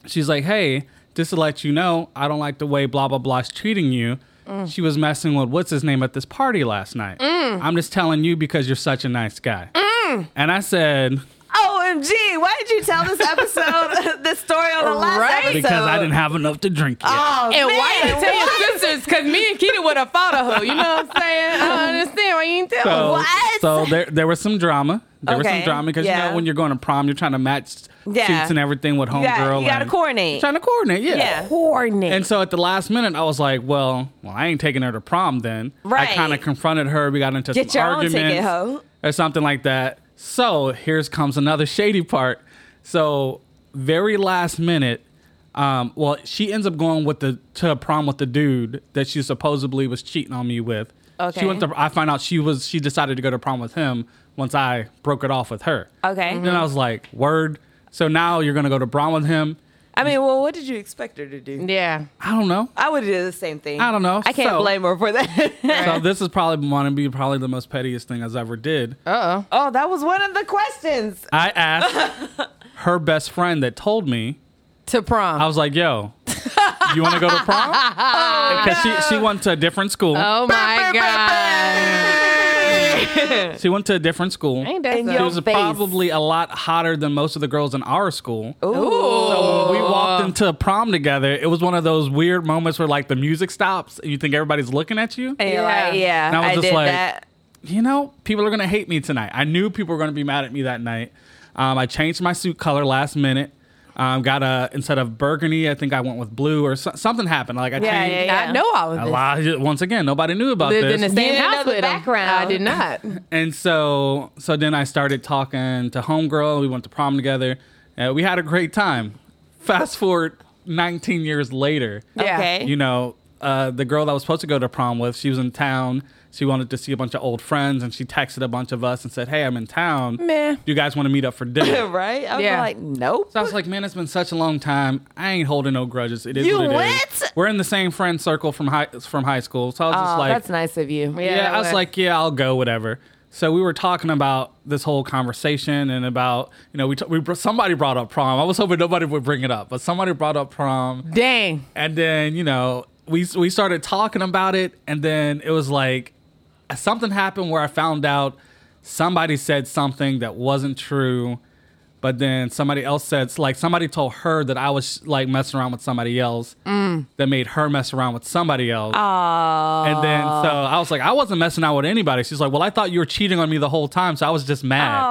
Speaker 3: She's like, hey, just to let you know, I don't like the way blah blah blah's treating you.
Speaker 1: Mm.
Speaker 3: She was messing with what's his name at this party last night. I'm just telling you because you're such a nice guy.
Speaker 1: Mm.
Speaker 3: And I said
Speaker 1: OMG, why did you tell this episode this story on the last
Speaker 2: Right?
Speaker 1: episode?
Speaker 3: because I didn't have enough to drink yet.
Speaker 1: Oh,
Speaker 2: And
Speaker 1: man,
Speaker 2: why didn't you tell
Speaker 1: what?
Speaker 2: your sisters? Because me and Keita would have fought her. You know what I'm saying? I don't understand why you ain't tell
Speaker 3: so,
Speaker 2: us.
Speaker 1: what?
Speaker 3: so there there was some drama. There was some
Speaker 1: Okay,
Speaker 3: drama because you
Speaker 1: yeah.
Speaker 3: know when you're going to prom, you're trying to match
Speaker 1: Yeah.
Speaker 3: suits and everything with homegirl.
Speaker 1: You got- you gotta
Speaker 3: and-
Speaker 1: coordinate.
Speaker 3: You're trying to coordinate,
Speaker 1: Yeah.
Speaker 3: And so at the last minute, I was like, well, well, I ain't taking her to prom then.
Speaker 1: Right.
Speaker 3: I kind of confronted her. We got into
Speaker 1: Get
Speaker 3: some
Speaker 1: your own
Speaker 3: arguments
Speaker 1: ticket, hoe.
Speaker 3: or something like that. So here's comes another shady part. So very last minute, um, well, she ends up going with the to prom with the dude that she supposedly was cheating on me with.
Speaker 1: Okay.
Speaker 3: She went to. I find out she was. She decided to go to prom with him once I broke it off with her.
Speaker 1: Okay.
Speaker 3: Then I was like, word. So now you're gonna go to prom with him.
Speaker 1: I mean, well, what did you expect her to do?
Speaker 2: Yeah.
Speaker 3: I don't know.
Speaker 1: I would do the same thing.
Speaker 3: I don't know.
Speaker 1: I can't
Speaker 3: So-
Speaker 1: blame her for that.
Speaker 3: So this is probably going to be probably the most pettiest thing I've ever did.
Speaker 2: Uh.
Speaker 1: oh, that was one of the questions.
Speaker 3: I asked her best friend that told me.
Speaker 2: To prom.
Speaker 3: I was like, "Yo, you want to go to prom?" Because she she went to a different school.
Speaker 2: oh my God.
Speaker 3: She went to a different school.
Speaker 2: Ain't that
Speaker 1: And
Speaker 2: so?
Speaker 3: She
Speaker 1: your
Speaker 3: was
Speaker 1: face.
Speaker 3: probably a lot hotter than most of the girls in our school.
Speaker 1: Ooh.
Speaker 3: When we walked into prom together, it was one of those weird moments where like the music stops and you think everybody's looking at you.
Speaker 1: And you're
Speaker 2: Yeah.
Speaker 1: like, yeah,
Speaker 3: And I was
Speaker 1: I,
Speaker 3: just
Speaker 1: did
Speaker 3: like-
Speaker 1: that.
Speaker 3: you know, people are gonna hate me tonight. I knew people were gonna be mad at me that night. Um, I changed my suit color last minute. Um, got a instead of burgundy, I think I went with blue or so, something happened. Like I
Speaker 1: Yeah,
Speaker 3: changed.
Speaker 1: yeah, yeah.
Speaker 2: I know all of
Speaker 3: A
Speaker 2: this.
Speaker 3: lot, once again, nobody knew about
Speaker 2: Lived in the
Speaker 3: this,
Speaker 2: same
Speaker 1: didn't know
Speaker 2: house
Speaker 1: the
Speaker 2: with him.
Speaker 1: background.
Speaker 2: I did not.
Speaker 3: and so so then I started talking to homegirl. We went to prom together. Uh, we had a great time. Fast forward 19 years later,
Speaker 2: Yeah.
Speaker 1: Okay.
Speaker 3: you know, uh, the girl that was supposed to go to prom with, she was in town. She wanted to see a bunch of old friends, and she texted a bunch of us and said, "Hey, I'm in town.
Speaker 2: Meh.
Speaker 3: Do you guys want to meet up for dinner?"
Speaker 1: right? I was
Speaker 2: Yeah.
Speaker 1: like, nope.
Speaker 3: So I was like, "Man, it's been such a long time. I ain't holding no grudges. It is
Speaker 1: You
Speaker 3: what it is.
Speaker 1: what?
Speaker 3: We're in the same friend circle from high from high school, so I was just
Speaker 1: Aw,
Speaker 3: like,
Speaker 1: that's nice of you.
Speaker 2: Yeah,
Speaker 3: yeah,
Speaker 2: that
Speaker 3: I was
Speaker 2: way.
Speaker 3: like, yeah, I'll go, whatever. So we were talking about this whole conversation and about, you know, we, t- we br- somebody brought up prom. I was hoping nobody would bring it up, but somebody brought up prom,
Speaker 2: Dang.
Speaker 3: and then you know we we started talking about it, and then it was like something happened where I found out somebody said something that wasn't true, but then somebody else said like somebody told her that I was like messing around with somebody else that made her mess around with somebody else. And then so I was like, I wasn't messing out with anybody. She's like, Well, I thought you were cheating on me the whole time, so I was just mad.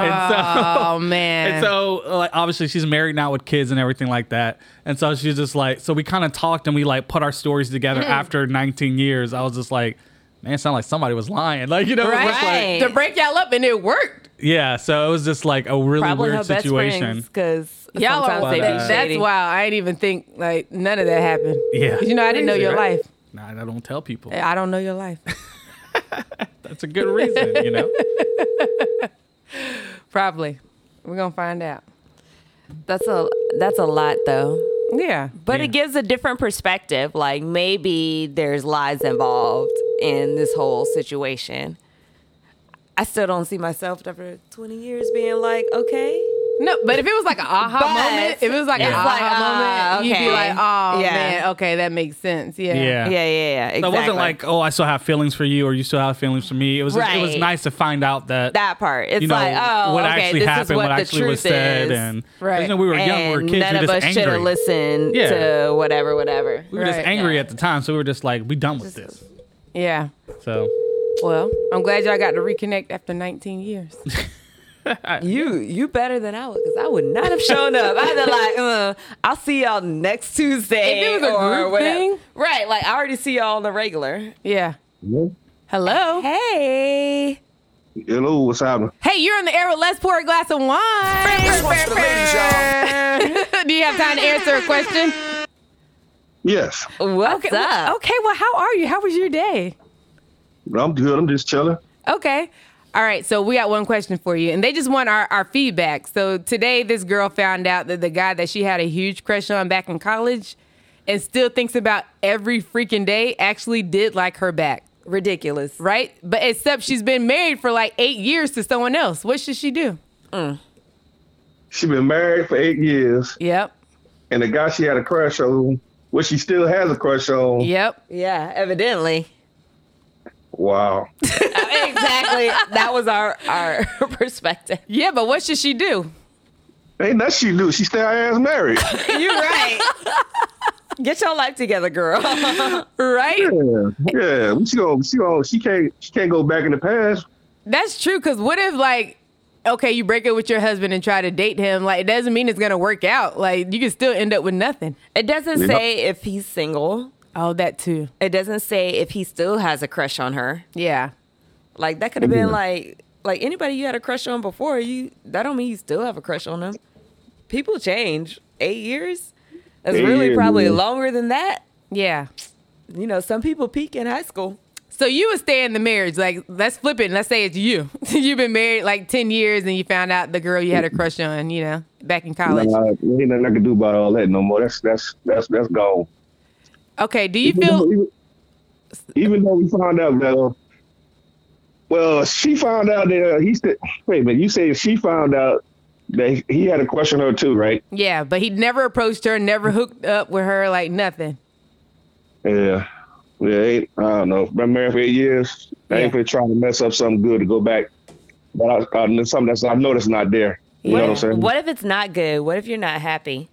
Speaker 3: And so
Speaker 2: Oh man.
Speaker 3: and so, like, obviously, she's married now with kids and everything like that. And so she's just like, so we kind of talked and we like put our stories together
Speaker 1: Mm-hmm.
Speaker 3: after 19 years. I was just like, man, it sounded like somebody was lying. Like, you know, it was like,
Speaker 1: Right.
Speaker 2: to break y'all up and it worked.
Speaker 3: yeah. So it was just like a really
Speaker 1: Probably her
Speaker 3: weird
Speaker 1: best
Speaker 3: situation.
Speaker 1: friends because
Speaker 2: Y'all
Speaker 1: sometimes
Speaker 2: are
Speaker 1: they
Speaker 3: But,
Speaker 1: be
Speaker 3: uh,
Speaker 2: that's
Speaker 1: shady.
Speaker 2: wild. I didn't even think like none of that happened.
Speaker 3: Yeah.
Speaker 2: 'Cause you know I didn't know
Speaker 3: Crazy,
Speaker 2: your
Speaker 3: right?
Speaker 2: life.
Speaker 3: Nah, I don't tell people.
Speaker 2: I don't know your life.
Speaker 3: That's a good reason, you know?
Speaker 2: Probably. We're gonna find out.
Speaker 1: That's a that's a lot though.
Speaker 2: Yeah.
Speaker 1: But
Speaker 3: Yeah.
Speaker 1: it gives a different perspective. Like maybe there's lies involved in this whole situation. I still don't see myself after 20 years being like, okay,
Speaker 2: No, but if it was like an aha
Speaker 1: But-
Speaker 2: moment, if it was like an
Speaker 3: Yeah.
Speaker 2: aha
Speaker 1: It's like, ah,
Speaker 2: moment, you'd be
Speaker 1: okay.
Speaker 2: like, oh
Speaker 1: Yeah.
Speaker 2: man, okay, that makes sense. Yeah.
Speaker 3: Yeah.
Speaker 1: yeah, yeah, yeah, exactly.
Speaker 3: So it wasn't like, oh, I still have feelings for you or you still have feelings for me. It was just, it was
Speaker 1: Right.
Speaker 3: nice to find out that
Speaker 1: that part. It's
Speaker 3: you know,
Speaker 1: like, oh,
Speaker 3: what
Speaker 1: okay,
Speaker 3: actually
Speaker 1: this
Speaker 3: happened,
Speaker 1: is what,
Speaker 3: what,
Speaker 1: the
Speaker 3: actually
Speaker 1: truth
Speaker 3: was said,
Speaker 1: is.
Speaker 3: and
Speaker 2: Right.
Speaker 3: you know, we were young, we were
Speaker 1: and
Speaker 3: kids,
Speaker 1: none
Speaker 3: we were
Speaker 1: of
Speaker 3: just
Speaker 1: us should
Speaker 3: angry.
Speaker 1: have listened
Speaker 3: Yeah.
Speaker 1: to whatever, whatever.
Speaker 3: We were just
Speaker 2: Right.
Speaker 3: angry
Speaker 1: Yeah.
Speaker 3: at the time, so we were just like, we done with this.
Speaker 2: Yeah.
Speaker 3: So
Speaker 2: Well, I'm glad y'all got to reconnect after 19 years.
Speaker 1: You you better than I would because I would not have shown up. I'd be like, uh, I'll see y'all next Tuesday.
Speaker 2: If it was a
Speaker 1: or
Speaker 2: group
Speaker 1: whatever.
Speaker 2: thing?
Speaker 1: right? Like I already see y'all on the regular.
Speaker 2: Yeah. Hello.
Speaker 1: Hey,
Speaker 9: Hello, what's happening?
Speaker 2: Hey, you're on the air with Let's Pour a Glass of
Speaker 4: This
Speaker 2: Wine.
Speaker 4: one's for the ladies, y'all.
Speaker 2: Do you have time to answer a question?
Speaker 9: Yes,
Speaker 1: what's
Speaker 2: Okay,
Speaker 1: up?
Speaker 2: well, okay, well, how are you? How was your day?
Speaker 9: I'm good. I'm just chilling.
Speaker 2: Okay. All right, so we got one question for you, and they just want our, our feedback. So today, this girl found out that the guy that she had a huge crush on back in college and still thinks about every freaking day actually did like her back,
Speaker 1: Ridiculous.
Speaker 2: right? But except she's been married for like eight years to someone else. What should she do?
Speaker 9: She been married for eight years,
Speaker 2: Yep.
Speaker 9: and the guy she had a crush on, which she still has a crush on.
Speaker 2: Yep.
Speaker 1: Yeah, evidently.
Speaker 9: Wow.
Speaker 1: exactly. That was our our perspective.
Speaker 2: Yeah, but what should she do?
Speaker 9: Ain't that she do? She still has married.
Speaker 1: You're right. Get your life together, girl.
Speaker 2: Right?
Speaker 9: Yeah, yeah. She going she going she can't she can't go back in the past.
Speaker 2: That's true. Cause what if like, okay, you break up with your husband and try to date him? Like, it doesn't mean it's gonna work out. Like, you can still end up with nothing.
Speaker 1: it doesn't
Speaker 9: Yep.
Speaker 1: say if he's single.
Speaker 2: Oh, that too.
Speaker 1: It doesn't say if he still has a crush on her.
Speaker 2: Yeah.
Speaker 1: Like that could have been like like anybody you had a crush on before you. That don't mean you still have a crush on them. People change. Eight years. That's
Speaker 9: Eight
Speaker 1: really
Speaker 9: years,
Speaker 1: probably
Speaker 9: yeah.
Speaker 1: longer than that.
Speaker 2: Yeah.
Speaker 1: You know, some people peak in high school.
Speaker 2: So you would stay in the marriage. Like, let's flip it. and Let's say it's you. You've been married like ten years, and you found out the girl you had a crush on, you know, back in college.
Speaker 9: Nah, ain't nothing I can do about all that no more. That's that's that's that's gone.
Speaker 2: Okay. Do you feel?
Speaker 9: even, even though we found out that uh, well, she found out that uh, he said wait a minute, you said she found out that he had a crush on her too, right?
Speaker 2: Yeah, but he never approached her, never hooked up with her, like nothing.
Speaker 9: Yeah. Yeah, ain't, I don't know. Been married for eight years. I ain't
Speaker 2: Yeah.
Speaker 9: been trying to mess up something good to go back. But I, I, something that's I know that's not there. You know what I'm saying?
Speaker 1: What if it's not good? What if you're not happy?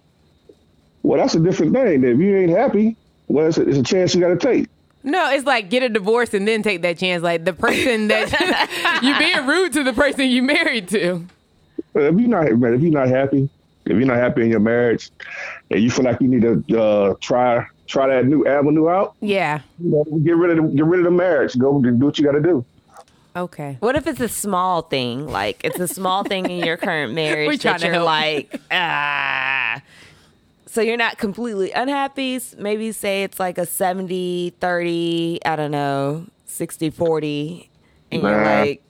Speaker 9: Well, that's a different thing. If you ain't happy, well, it's a, it's a chance you got to take.
Speaker 2: No, it's like get a divorce and then take that chance. Like the person that you're being rude to the person you married to.
Speaker 9: But If you're not, man, if you're not happy, if you're not happy in your marriage, and you feel like you need to uh, try try that new avenue out,
Speaker 2: Yeah.
Speaker 9: you know, get rid of the, get rid of the marriage. Go do what you got to do.
Speaker 2: Okay.
Speaker 1: What if it's a small thing? Like it's a small thing in your current
Speaker 2: We
Speaker 1: marriage
Speaker 2: trying
Speaker 1: that
Speaker 2: to
Speaker 1: you're
Speaker 2: help.
Speaker 1: like, ah. So you're not completely unhappy. S- Maybe say it's like a 70, 30, I don't know, 60 40 and you're
Speaker 9: Nah.
Speaker 1: like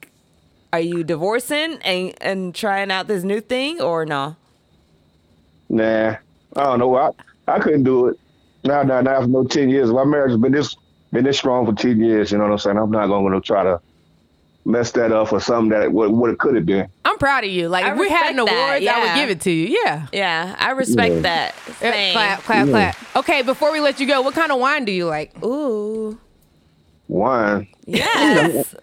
Speaker 1: are you divorcing and and trying out this new thing or no
Speaker 9: Nah, I don't know. I I couldn't do it. Nah, nah, nah. For no ten years, my marriage has been this been this strong for ten years. You know what I'm saying? I'm not going to try to mess that up or something that what what it could have been.
Speaker 2: I'm proud of you. Like
Speaker 1: I
Speaker 2: if we had an
Speaker 1: respect
Speaker 2: award,
Speaker 1: that,
Speaker 2: I
Speaker 1: yeah.
Speaker 2: would give it to you. Yeah.
Speaker 1: yeah i respect
Speaker 9: Yeah.
Speaker 1: that
Speaker 2: Yeah,
Speaker 1: Same.
Speaker 2: Clap, clap, clap. Okay, before we let you go, what kind of wine do you like?
Speaker 1: ooh
Speaker 9: Wine.
Speaker 1: yes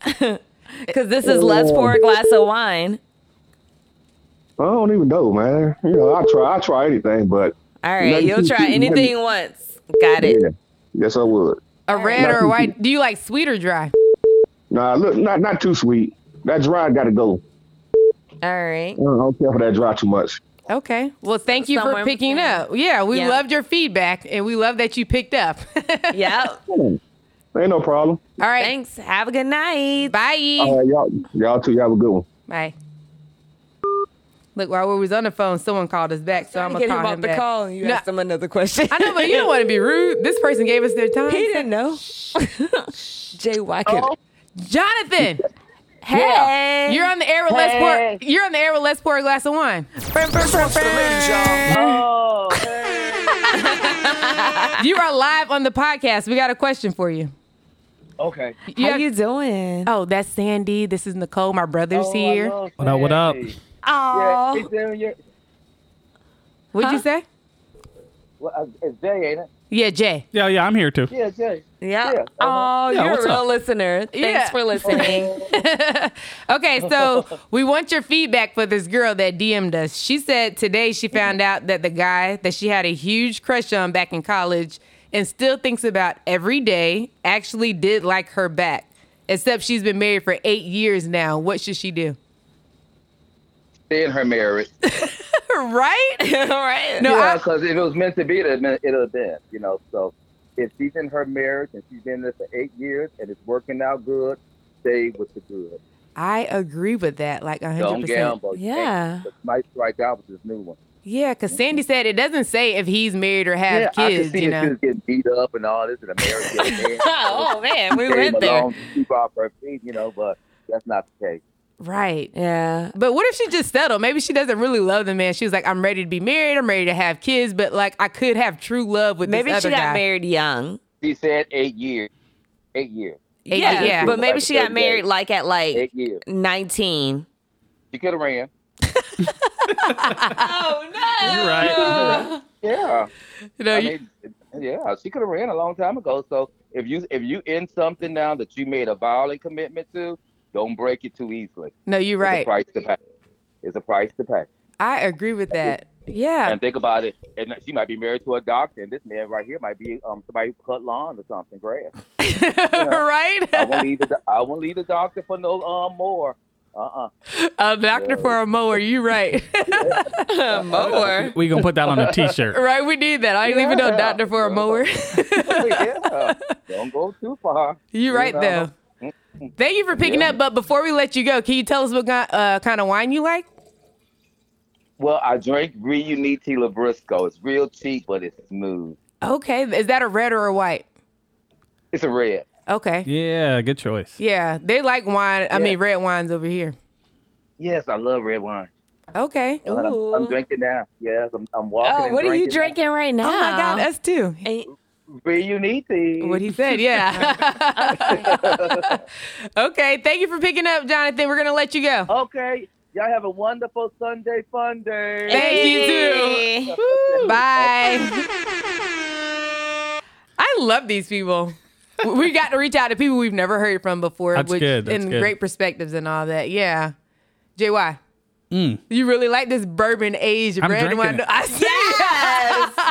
Speaker 1: because this is let's pour a glass of wine
Speaker 9: I don't even know, man. You know, I try I try anything, but
Speaker 1: all
Speaker 9: No,
Speaker 1: right
Speaker 9: you-
Speaker 1: you'll try
Speaker 9: you-
Speaker 1: anything once got it
Speaker 9: yeah, yes, I would.
Speaker 2: A red or a white? Do you like sweet or dry?
Speaker 9: Nah, look, not not too sweet. That dry got to go.
Speaker 1: all right
Speaker 9: I don't care for that dry too much.
Speaker 2: Okay. Well, thank you
Speaker 1: Somewhere
Speaker 2: for picking
Speaker 1: between.
Speaker 2: up. Yeah, we
Speaker 1: Yeah.
Speaker 2: loved your feedback and we love that you picked up. All
Speaker 1: yep
Speaker 9: Ain't no problem.
Speaker 2: right.
Speaker 1: thanks have a good night
Speaker 2: Bye.
Speaker 9: All right, y'all, y'all too. Y'all have a good one.
Speaker 2: Bye. Look, while we was on the phone, someone called us back, so I'm gonna
Speaker 1: get him
Speaker 2: call
Speaker 1: off
Speaker 2: him
Speaker 1: the
Speaker 2: back.
Speaker 1: call and you
Speaker 2: No.
Speaker 1: asked him another question.
Speaker 2: I know, but you don't want to be rude. This person gave us their time.
Speaker 1: he didn't know. Jay Wacker.
Speaker 2: Jonathan,
Speaker 1: Hey,
Speaker 2: you're on the air with Let's Pour. You're on the air with Let's Pour a glass of wine.
Speaker 4: This one's for the ladies, y'all.
Speaker 2: You are live on the podcast. We got a question for you.
Speaker 10: Okay.
Speaker 1: how
Speaker 2: have-
Speaker 1: you doing?
Speaker 2: Oh, that's Sandy. This is Nicole. My brother's here.
Speaker 3: What up? What up?
Speaker 1: Oh,
Speaker 10: It's in your,
Speaker 2: What'd you say?
Speaker 10: well, uh, it's Jay, ain't it?
Speaker 2: Yeah, Jay.
Speaker 3: Yeah, yeah, I'm here too.
Speaker 10: Yeah, Jay.
Speaker 1: yeah.
Speaker 10: yeah.
Speaker 1: Oh,
Speaker 3: Yeah,
Speaker 1: you're a
Speaker 3: what's
Speaker 1: real
Speaker 3: up?
Speaker 1: listener. Thanks
Speaker 2: Yeah.
Speaker 1: for listening.
Speaker 2: Okay, so we want your feedback for this girl that DM'd us. She said today she found out that the guy that she had a huge crush on back in college and still thinks about every day actually did like her back. Except she's been married for eight years now. What should she do?
Speaker 10: Stay in her marriage.
Speaker 2: Right?
Speaker 1: All right.
Speaker 2: No,
Speaker 10: Yeah,
Speaker 2: I-
Speaker 10: because if it was meant to be, it'd have been, it'd have been, you know. So if she's in her marriage and she's been there for eight years and it's working out good, stay with the good.
Speaker 2: I agree with that, like 100%.
Speaker 10: Don't gamble. You can't-
Speaker 1: Yeah.
Speaker 10: but Might strike out with this new one.
Speaker 2: Yeah, because Sandy said it doesn't say if he's married or have
Speaker 10: yeah, I
Speaker 2: kids,
Speaker 10: can see
Speaker 2: you
Speaker 10: it
Speaker 2: know.
Speaker 10: just getting beat up and all this in America.
Speaker 1: Oh man, we went there.
Speaker 10: Along, to keep off her feet, you know, but that's not the case.
Speaker 2: Right.
Speaker 1: Yeah.
Speaker 2: But what if she just settled? Maybe she doesn't really love the man. She was like, I'm ready to be married. I'm ready to have kids, but like I could have true love with
Speaker 1: Maybe
Speaker 2: this
Speaker 1: she
Speaker 2: other
Speaker 1: got
Speaker 2: guy.
Speaker 1: married young.
Speaker 10: She said eight years. Eight years.
Speaker 2: Eight
Speaker 1: yeah,
Speaker 2: years.
Speaker 1: but maybe
Speaker 10: Like
Speaker 1: she got
Speaker 10: 38.
Speaker 1: married like at like
Speaker 10: Eight years.
Speaker 1: 19.
Speaker 10: She could have ran.
Speaker 1: Oh no.
Speaker 3: You're right.
Speaker 10: Yeah.
Speaker 2: You know,
Speaker 10: Uh, I
Speaker 2: you-
Speaker 10: mean, yeah, she could have ran a long time ago. So if you if you in something now that you made a violent commitment to, don't break it too easily.
Speaker 2: no, you're
Speaker 10: It's a
Speaker 2: right.
Speaker 10: price to pay. It's a price to pay.
Speaker 2: I agree with that. Yeah.
Speaker 10: And think about it. And she might be married to a doctor, and this man right here might be um somebody who cut lawn or something, grass. I
Speaker 2: right?
Speaker 10: won't leave the do- I won't leave the doctor for no um more. Uh uh
Speaker 2: A doctor for a mower. You right.
Speaker 1: More.
Speaker 3: We gonna put that on a t-shirt.
Speaker 2: right? We need that. I ain't leaving no
Speaker 10: Yeah.
Speaker 2: doctor for a mower.
Speaker 10: yeah. Don't go too far.
Speaker 2: you right
Speaker 10: know?
Speaker 2: though. Thank you for picking up. But before we let you go, can you tell us what kind, uh, kind of wine you like?
Speaker 10: Well, I drink real unique Labrisco. It's real cheap, but it's smooth.
Speaker 2: Okay. Is that a red or a white?
Speaker 10: It's a red.
Speaker 2: Okay. Yeah.
Speaker 3: Yeah, good choice.
Speaker 2: they like wine. I mean, red wines over here.
Speaker 10: Yes, I love red wine.
Speaker 2: Okay.
Speaker 10: And I'm, I'm
Speaker 1: Ooh.
Speaker 10: drinking now. Yes, I'm, I'm walking.
Speaker 1: Oh,
Speaker 10: and
Speaker 1: what are you
Speaker 10: drinking?
Speaker 1: drinking right now?
Speaker 2: Oh my God, us too.
Speaker 1: And-
Speaker 10: Real unique.
Speaker 2: What he said, yeah. okay, thank you for picking up, Jonathan. We're gonna let you go.
Speaker 10: Okay, y'all have a wonderful Sunday fun day.
Speaker 2: Thank you too.
Speaker 1: Hey.
Speaker 2: Bye. I love these people. We got to reach out to people we've never heard from before,
Speaker 3: That's
Speaker 2: which
Speaker 3: good, that's
Speaker 2: and
Speaker 3: good.
Speaker 2: great perspectives and all that. Yeah, JY, you really like this bourbon aged
Speaker 3: Mm. I'm
Speaker 2: red
Speaker 3: drinking
Speaker 2: wine.
Speaker 3: it.
Speaker 2: I see.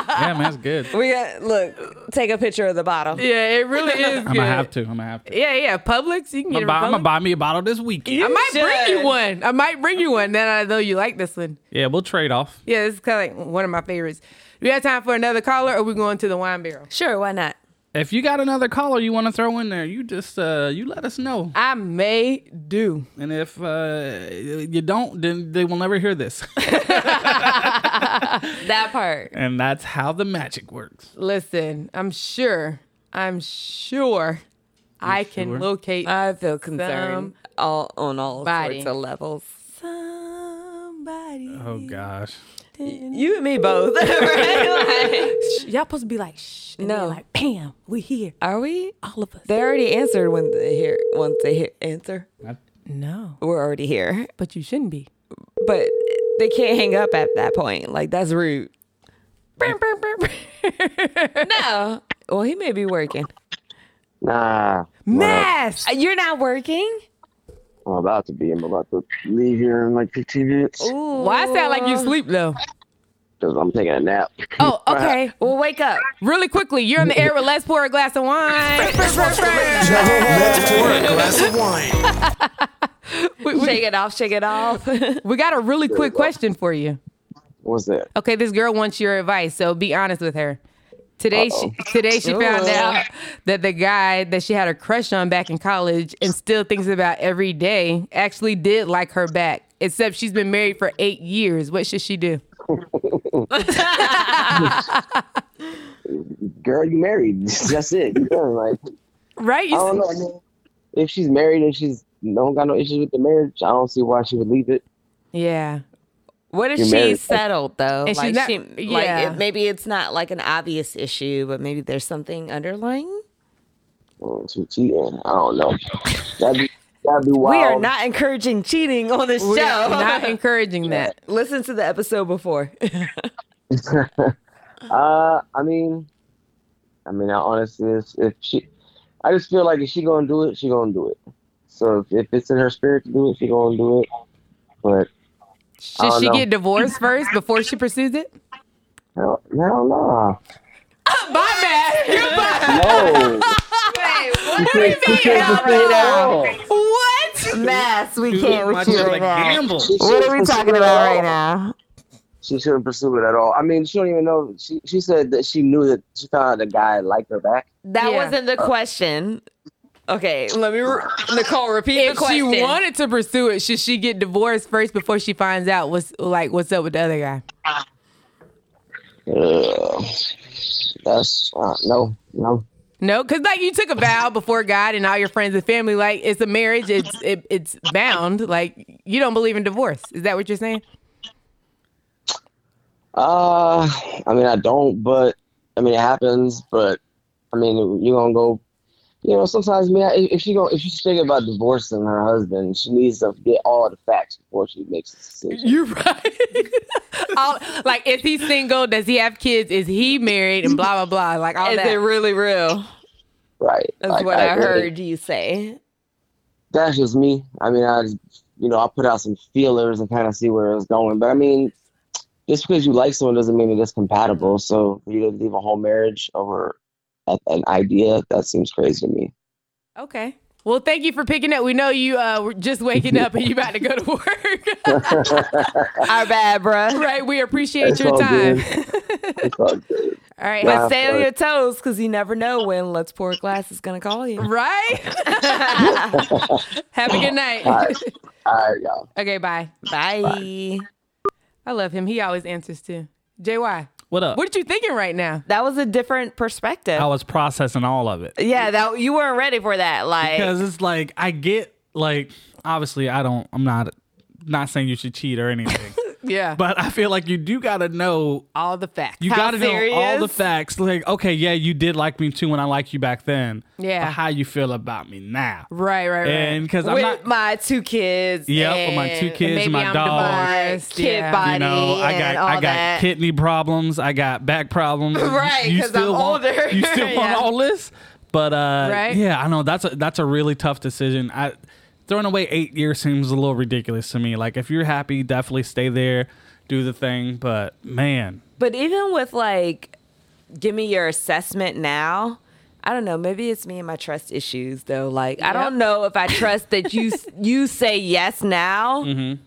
Speaker 3: Yeah, man, that's good.
Speaker 1: We got look. Take a picture of the bottle.
Speaker 2: Yeah, it really is.
Speaker 3: I'm
Speaker 2: good.
Speaker 3: gonna have to. I'm gonna have to.
Speaker 2: Yeah, yeah. Publix, you can get
Speaker 3: I'm gonna,
Speaker 2: it.
Speaker 3: buy,
Speaker 2: from
Speaker 3: I'm gonna
Speaker 2: Publix.
Speaker 3: buy me a bottle this week.
Speaker 2: I might bring
Speaker 1: should.
Speaker 2: you one. I might bring you one. Then I know you like this one.
Speaker 3: Yeah, we'll trade off.
Speaker 2: Yeah, this is kind of like one of my favorites. Do we have time for another caller, or we going to the wine barrel?
Speaker 1: Sure, why not?
Speaker 3: If you got another caller you want to throw in there, you just uh you let us know.
Speaker 2: I may do.
Speaker 3: And if uh you don't, then they will never hear this.
Speaker 1: That part.
Speaker 3: and that's how the magic works.
Speaker 2: Listen, I'm sure. I'm sure I can
Speaker 1: sure?
Speaker 2: locate.
Speaker 1: I feel concerned all on all
Speaker 2: Body.
Speaker 1: sorts of levels.
Speaker 2: Somebody.
Speaker 3: Oh gosh.
Speaker 2: You and me both. right? Like, y'all supposed to be like, shh. and
Speaker 1: No.
Speaker 2: they're Like, bam, we here.
Speaker 1: Are we?
Speaker 2: All of us.
Speaker 1: They already answered when they hear once they hear answer.
Speaker 2: No.
Speaker 1: We're already here,
Speaker 2: But you shouldn't be.
Speaker 1: but they can't hang up at that point. Like that's rude. no. Well, he may be working.
Speaker 9: Nah.
Speaker 2: Mass.
Speaker 1: Uh, You're not working.
Speaker 9: I'm about to be. I'm about to leave here in like 15 minutes
Speaker 1: Ooh.
Speaker 2: Why I sound like you sleep though?
Speaker 9: because I'm taking a nap.
Speaker 2: Oh, okay.
Speaker 1: Well, wake up.
Speaker 2: Really quickly, you're in the air with Let's Pour a Glass of Wine.
Speaker 4: Let's pour a glass of wine.
Speaker 2: we, we-
Speaker 1: Shake it off. Shake it off.
Speaker 2: we got a really quick question for you.
Speaker 9: What's that?
Speaker 2: Okay, this girl wants your advice, so be honest with her. Today, she, today she found
Speaker 1: Ooh.
Speaker 2: out that the guy that she had a crush on back in college and still thinks about every day actually did like her back. Except she's been married for eight years. What should she do?
Speaker 9: Girl, you married. That's it. You done. Like,
Speaker 2: Right?
Speaker 9: I
Speaker 2: You
Speaker 9: don't know. I mean, if she's married and she's don't got no issues with the marriage, I don't see why she would leave it.
Speaker 2: yeah.
Speaker 1: What if
Speaker 9: You're
Speaker 1: she's
Speaker 9: married.
Speaker 1: settled though?
Speaker 2: And she's
Speaker 1: like
Speaker 2: not-
Speaker 1: she, like
Speaker 2: yeah.
Speaker 1: it, maybe it's not like an obvious issue, but maybe there's something underlying.
Speaker 9: Well, Mm, She cheating. I don't know. That'd be, that'd be wild.
Speaker 1: We are not encouraging cheating on this
Speaker 2: We're
Speaker 1: show.
Speaker 2: not encouraging that.
Speaker 1: Listen to the episode before.
Speaker 9: Uh, I mean, I mean, I honestly, is if she, I just feel like if she gonna do it, she gonna do it. So if, if it's in her spirit to do it, she gonna do it. But I
Speaker 2: Should
Speaker 9: don't
Speaker 2: she
Speaker 9: know.
Speaker 2: get divorced first before she pursues it?
Speaker 9: hell, hell no,
Speaker 2: My bad. You're bad.
Speaker 9: no.
Speaker 1: what?
Speaker 9: She can't- she can't
Speaker 1: hell
Speaker 9: pursue it at
Speaker 1: no.
Speaker 9: all.
Speaker 2: What?
Speaker 1: Mess. We
Speaker 3: Too
Speaker 1: can't
Speaker 3: much
Speaker 1: refute
Speaker 3: of a
Speaker 1: that.
Speaker 3: gamble.
Speaker 9: She
Speaker 1: What
Speaker 9: shouldn't
Speaker 1: are we
Speaker 9: pursue
Speaker 1: talking
Speaker 9: it at
Speaker 1: about
Speaker 9: all.
Speaker 1: right now?
Speaker 9: She shouldn't pursue it at all. I mean, she don't even know. She she said that she knew that she found the guy liked her back.
Speaker 1: That
Speaker 2: Yeah.
Speaker 1: wasn't the question. Okay, let me re- Nicole repeat the
Speaker 2: If she
Speaker 1: question.
Speaker 2: wanted to pursue it, should she get divorced first before she finds out what's like what's up with the other guy?
Speaker 9: Ugh. Uh, that's uh, no, no.
Speaker 2: No, because like you took a vow before God and all your friends and family. Like it's a marriage. It's it, it's bound. Like you don't believe in divorce. Is that what you're saying?
Speaker 9: Uh, I mean, I don't, but I mean, it happens. But I mean, you gonna go. You know, sometimes, man, if if she going if she's thinking about divorcing her husband, she needs to get all the facts before she makes a decision.
Speaker 2: You're right. all, like is he single? Does he have kids? Is he married? And blah blah blah. Like all
Speaker 1: Is
Speaker 2: that.
Speaker 1: it really real?
Speaker 9: Right?
Speaker 1: That's
Speaker 9: Like,
Speaker 1: what I,
Speaker 9: really-
Speaker 1: heard you say.
Speaker 9: That's just me. I mean, I just, you know, I put out some feelers and kind of see where it was going. But I mean, just because you like someone doesn't mean that it's compatible. So for you to leave a whole marriage over a- an idea that seems crazy to me.
Speaker 2: okay. Well, thank you for picking up. We know you uh, were just waking up and you about to go to work.
Speaker 1: Our bad, bruh.
Speaker 2: right. We appreciate
Speaker 9: It's
Speaker 2: your
Speaker 9: all
Speaker 2: time.
Speaker 9: good. It's all good.
Speaker 2: all right.
Speaker 1: But
Speaker 9: Wow.
Speaker 1: stay on
Speaker 9: fuck.
Speaker 1: your toes because you never know when Let's Pour a Glass is going to call you.
Speaker 2: Right. have a good night.
Speaker 9: All right. All right, y'all.
Speaker 2: Okay. Bye.
Speaker 1: Bye.
Speaker 2: I love him. He always answers too. JY,
Speaker 3: What up?
Speaker 2: what are you thinking right now?
Speaker 1: That was a different perspective.
Speaker 3: I was processing all of it
Speaker 1: yeah, that you weren't ready for that. Like,
Speaker 3: because it's like I get like obviously I don't I'm not not saying you should cheat or anything,
Speaker 2: Yeah.
Speaker 3: but I feel like you do gotta know
Speaker 2: all the facts.
Speaker 3: you
Speaker 1: How
Speaker 3: gotta know all the
Speaker 1: serious?
Speaker 3: facts. Like okay, yeah, you did like me too when I liked you back then.
Speaker 2: Yeah.
Speaker 3: but how you feel about me now?
Speaker 2: right, right, right.
Speaker 3: And because I'm
Speaker 1: with
Speaker 3: not.
Speaker 1: my two kids.
Speaker 3: Yep, with my two
Speaker 1: and
Speaker 3: kids,
Speaker 2: maybe
Speaker 3: and my
Speaker 2: I'm
Speaker 3: dog.
Speaker 1: My
Speaker 2: Yes,
Speaker 1: kid
Speaker 2: yeah.
Speaker 1: body.
Speaker 3: You know, I got
Speaker 1: and all
Speaker 3: I got
Speaker 1: that.
Speaker 3: kidney problems. I got back problems. You-
Speaker 1: Right,
Speaker 3: you
Speaker 1: 'cause
Speaker 3: still
Speaker 1: I'm
Speaker 3: want-
Speaker 1: older.
Speaker 3: You still want
Speaker 1: Yeah.
Speaker 3: all this, but uh,
Speaker 2: Right.
Speaker 3: yeah, I know that's a that's a really tough decision. I throwing away eight years seems a little ridiculous to me. Like if you're happy, definitely stay there, do the thing. But man,
Speaker 1: But even with like, give me your assessment now. I don't know. Maybe it's me and my trust issues though. Like I
Speaker 2: Yep.
Speaker 1: don't know if I trust that you you say yes now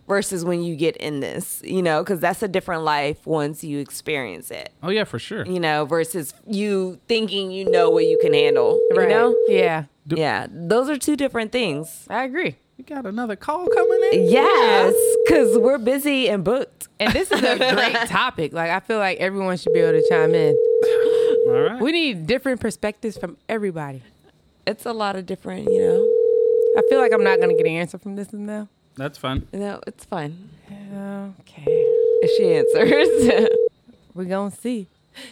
Speaker 1: versus when you get in this. You know, because that's a different life once you experience it.
Speaker 3: oh yeah, for sure.
Speaker 1: You know, versus you thinking you know what you can handle. You
Speaker 2: right.
Speaker 1: know.
Speaker 2: Yeah.
Speaker 1: Yeah, those are two different things.
Speaker 2: I agree.
Speaker 3: We got another call coming in.
Speaker 1: Yes, because we're busy and booked.
Speaker 2: And this is a great topic. Like I feel like everyone should be able to chime in.
Speaker 3: All right.
Speaker 2: We need different perspectives from everybody.
Speaker 1: it's a lot of different, you know.
Speaker 2: I feel like I'm not gonna get an answer from this one now.
Speaker 3: That's fun.
Speaker 1: No, it's fine.
Speaker 2: Okay.
Speaker 1: If she answers.
Speaker 2: We're gonna see.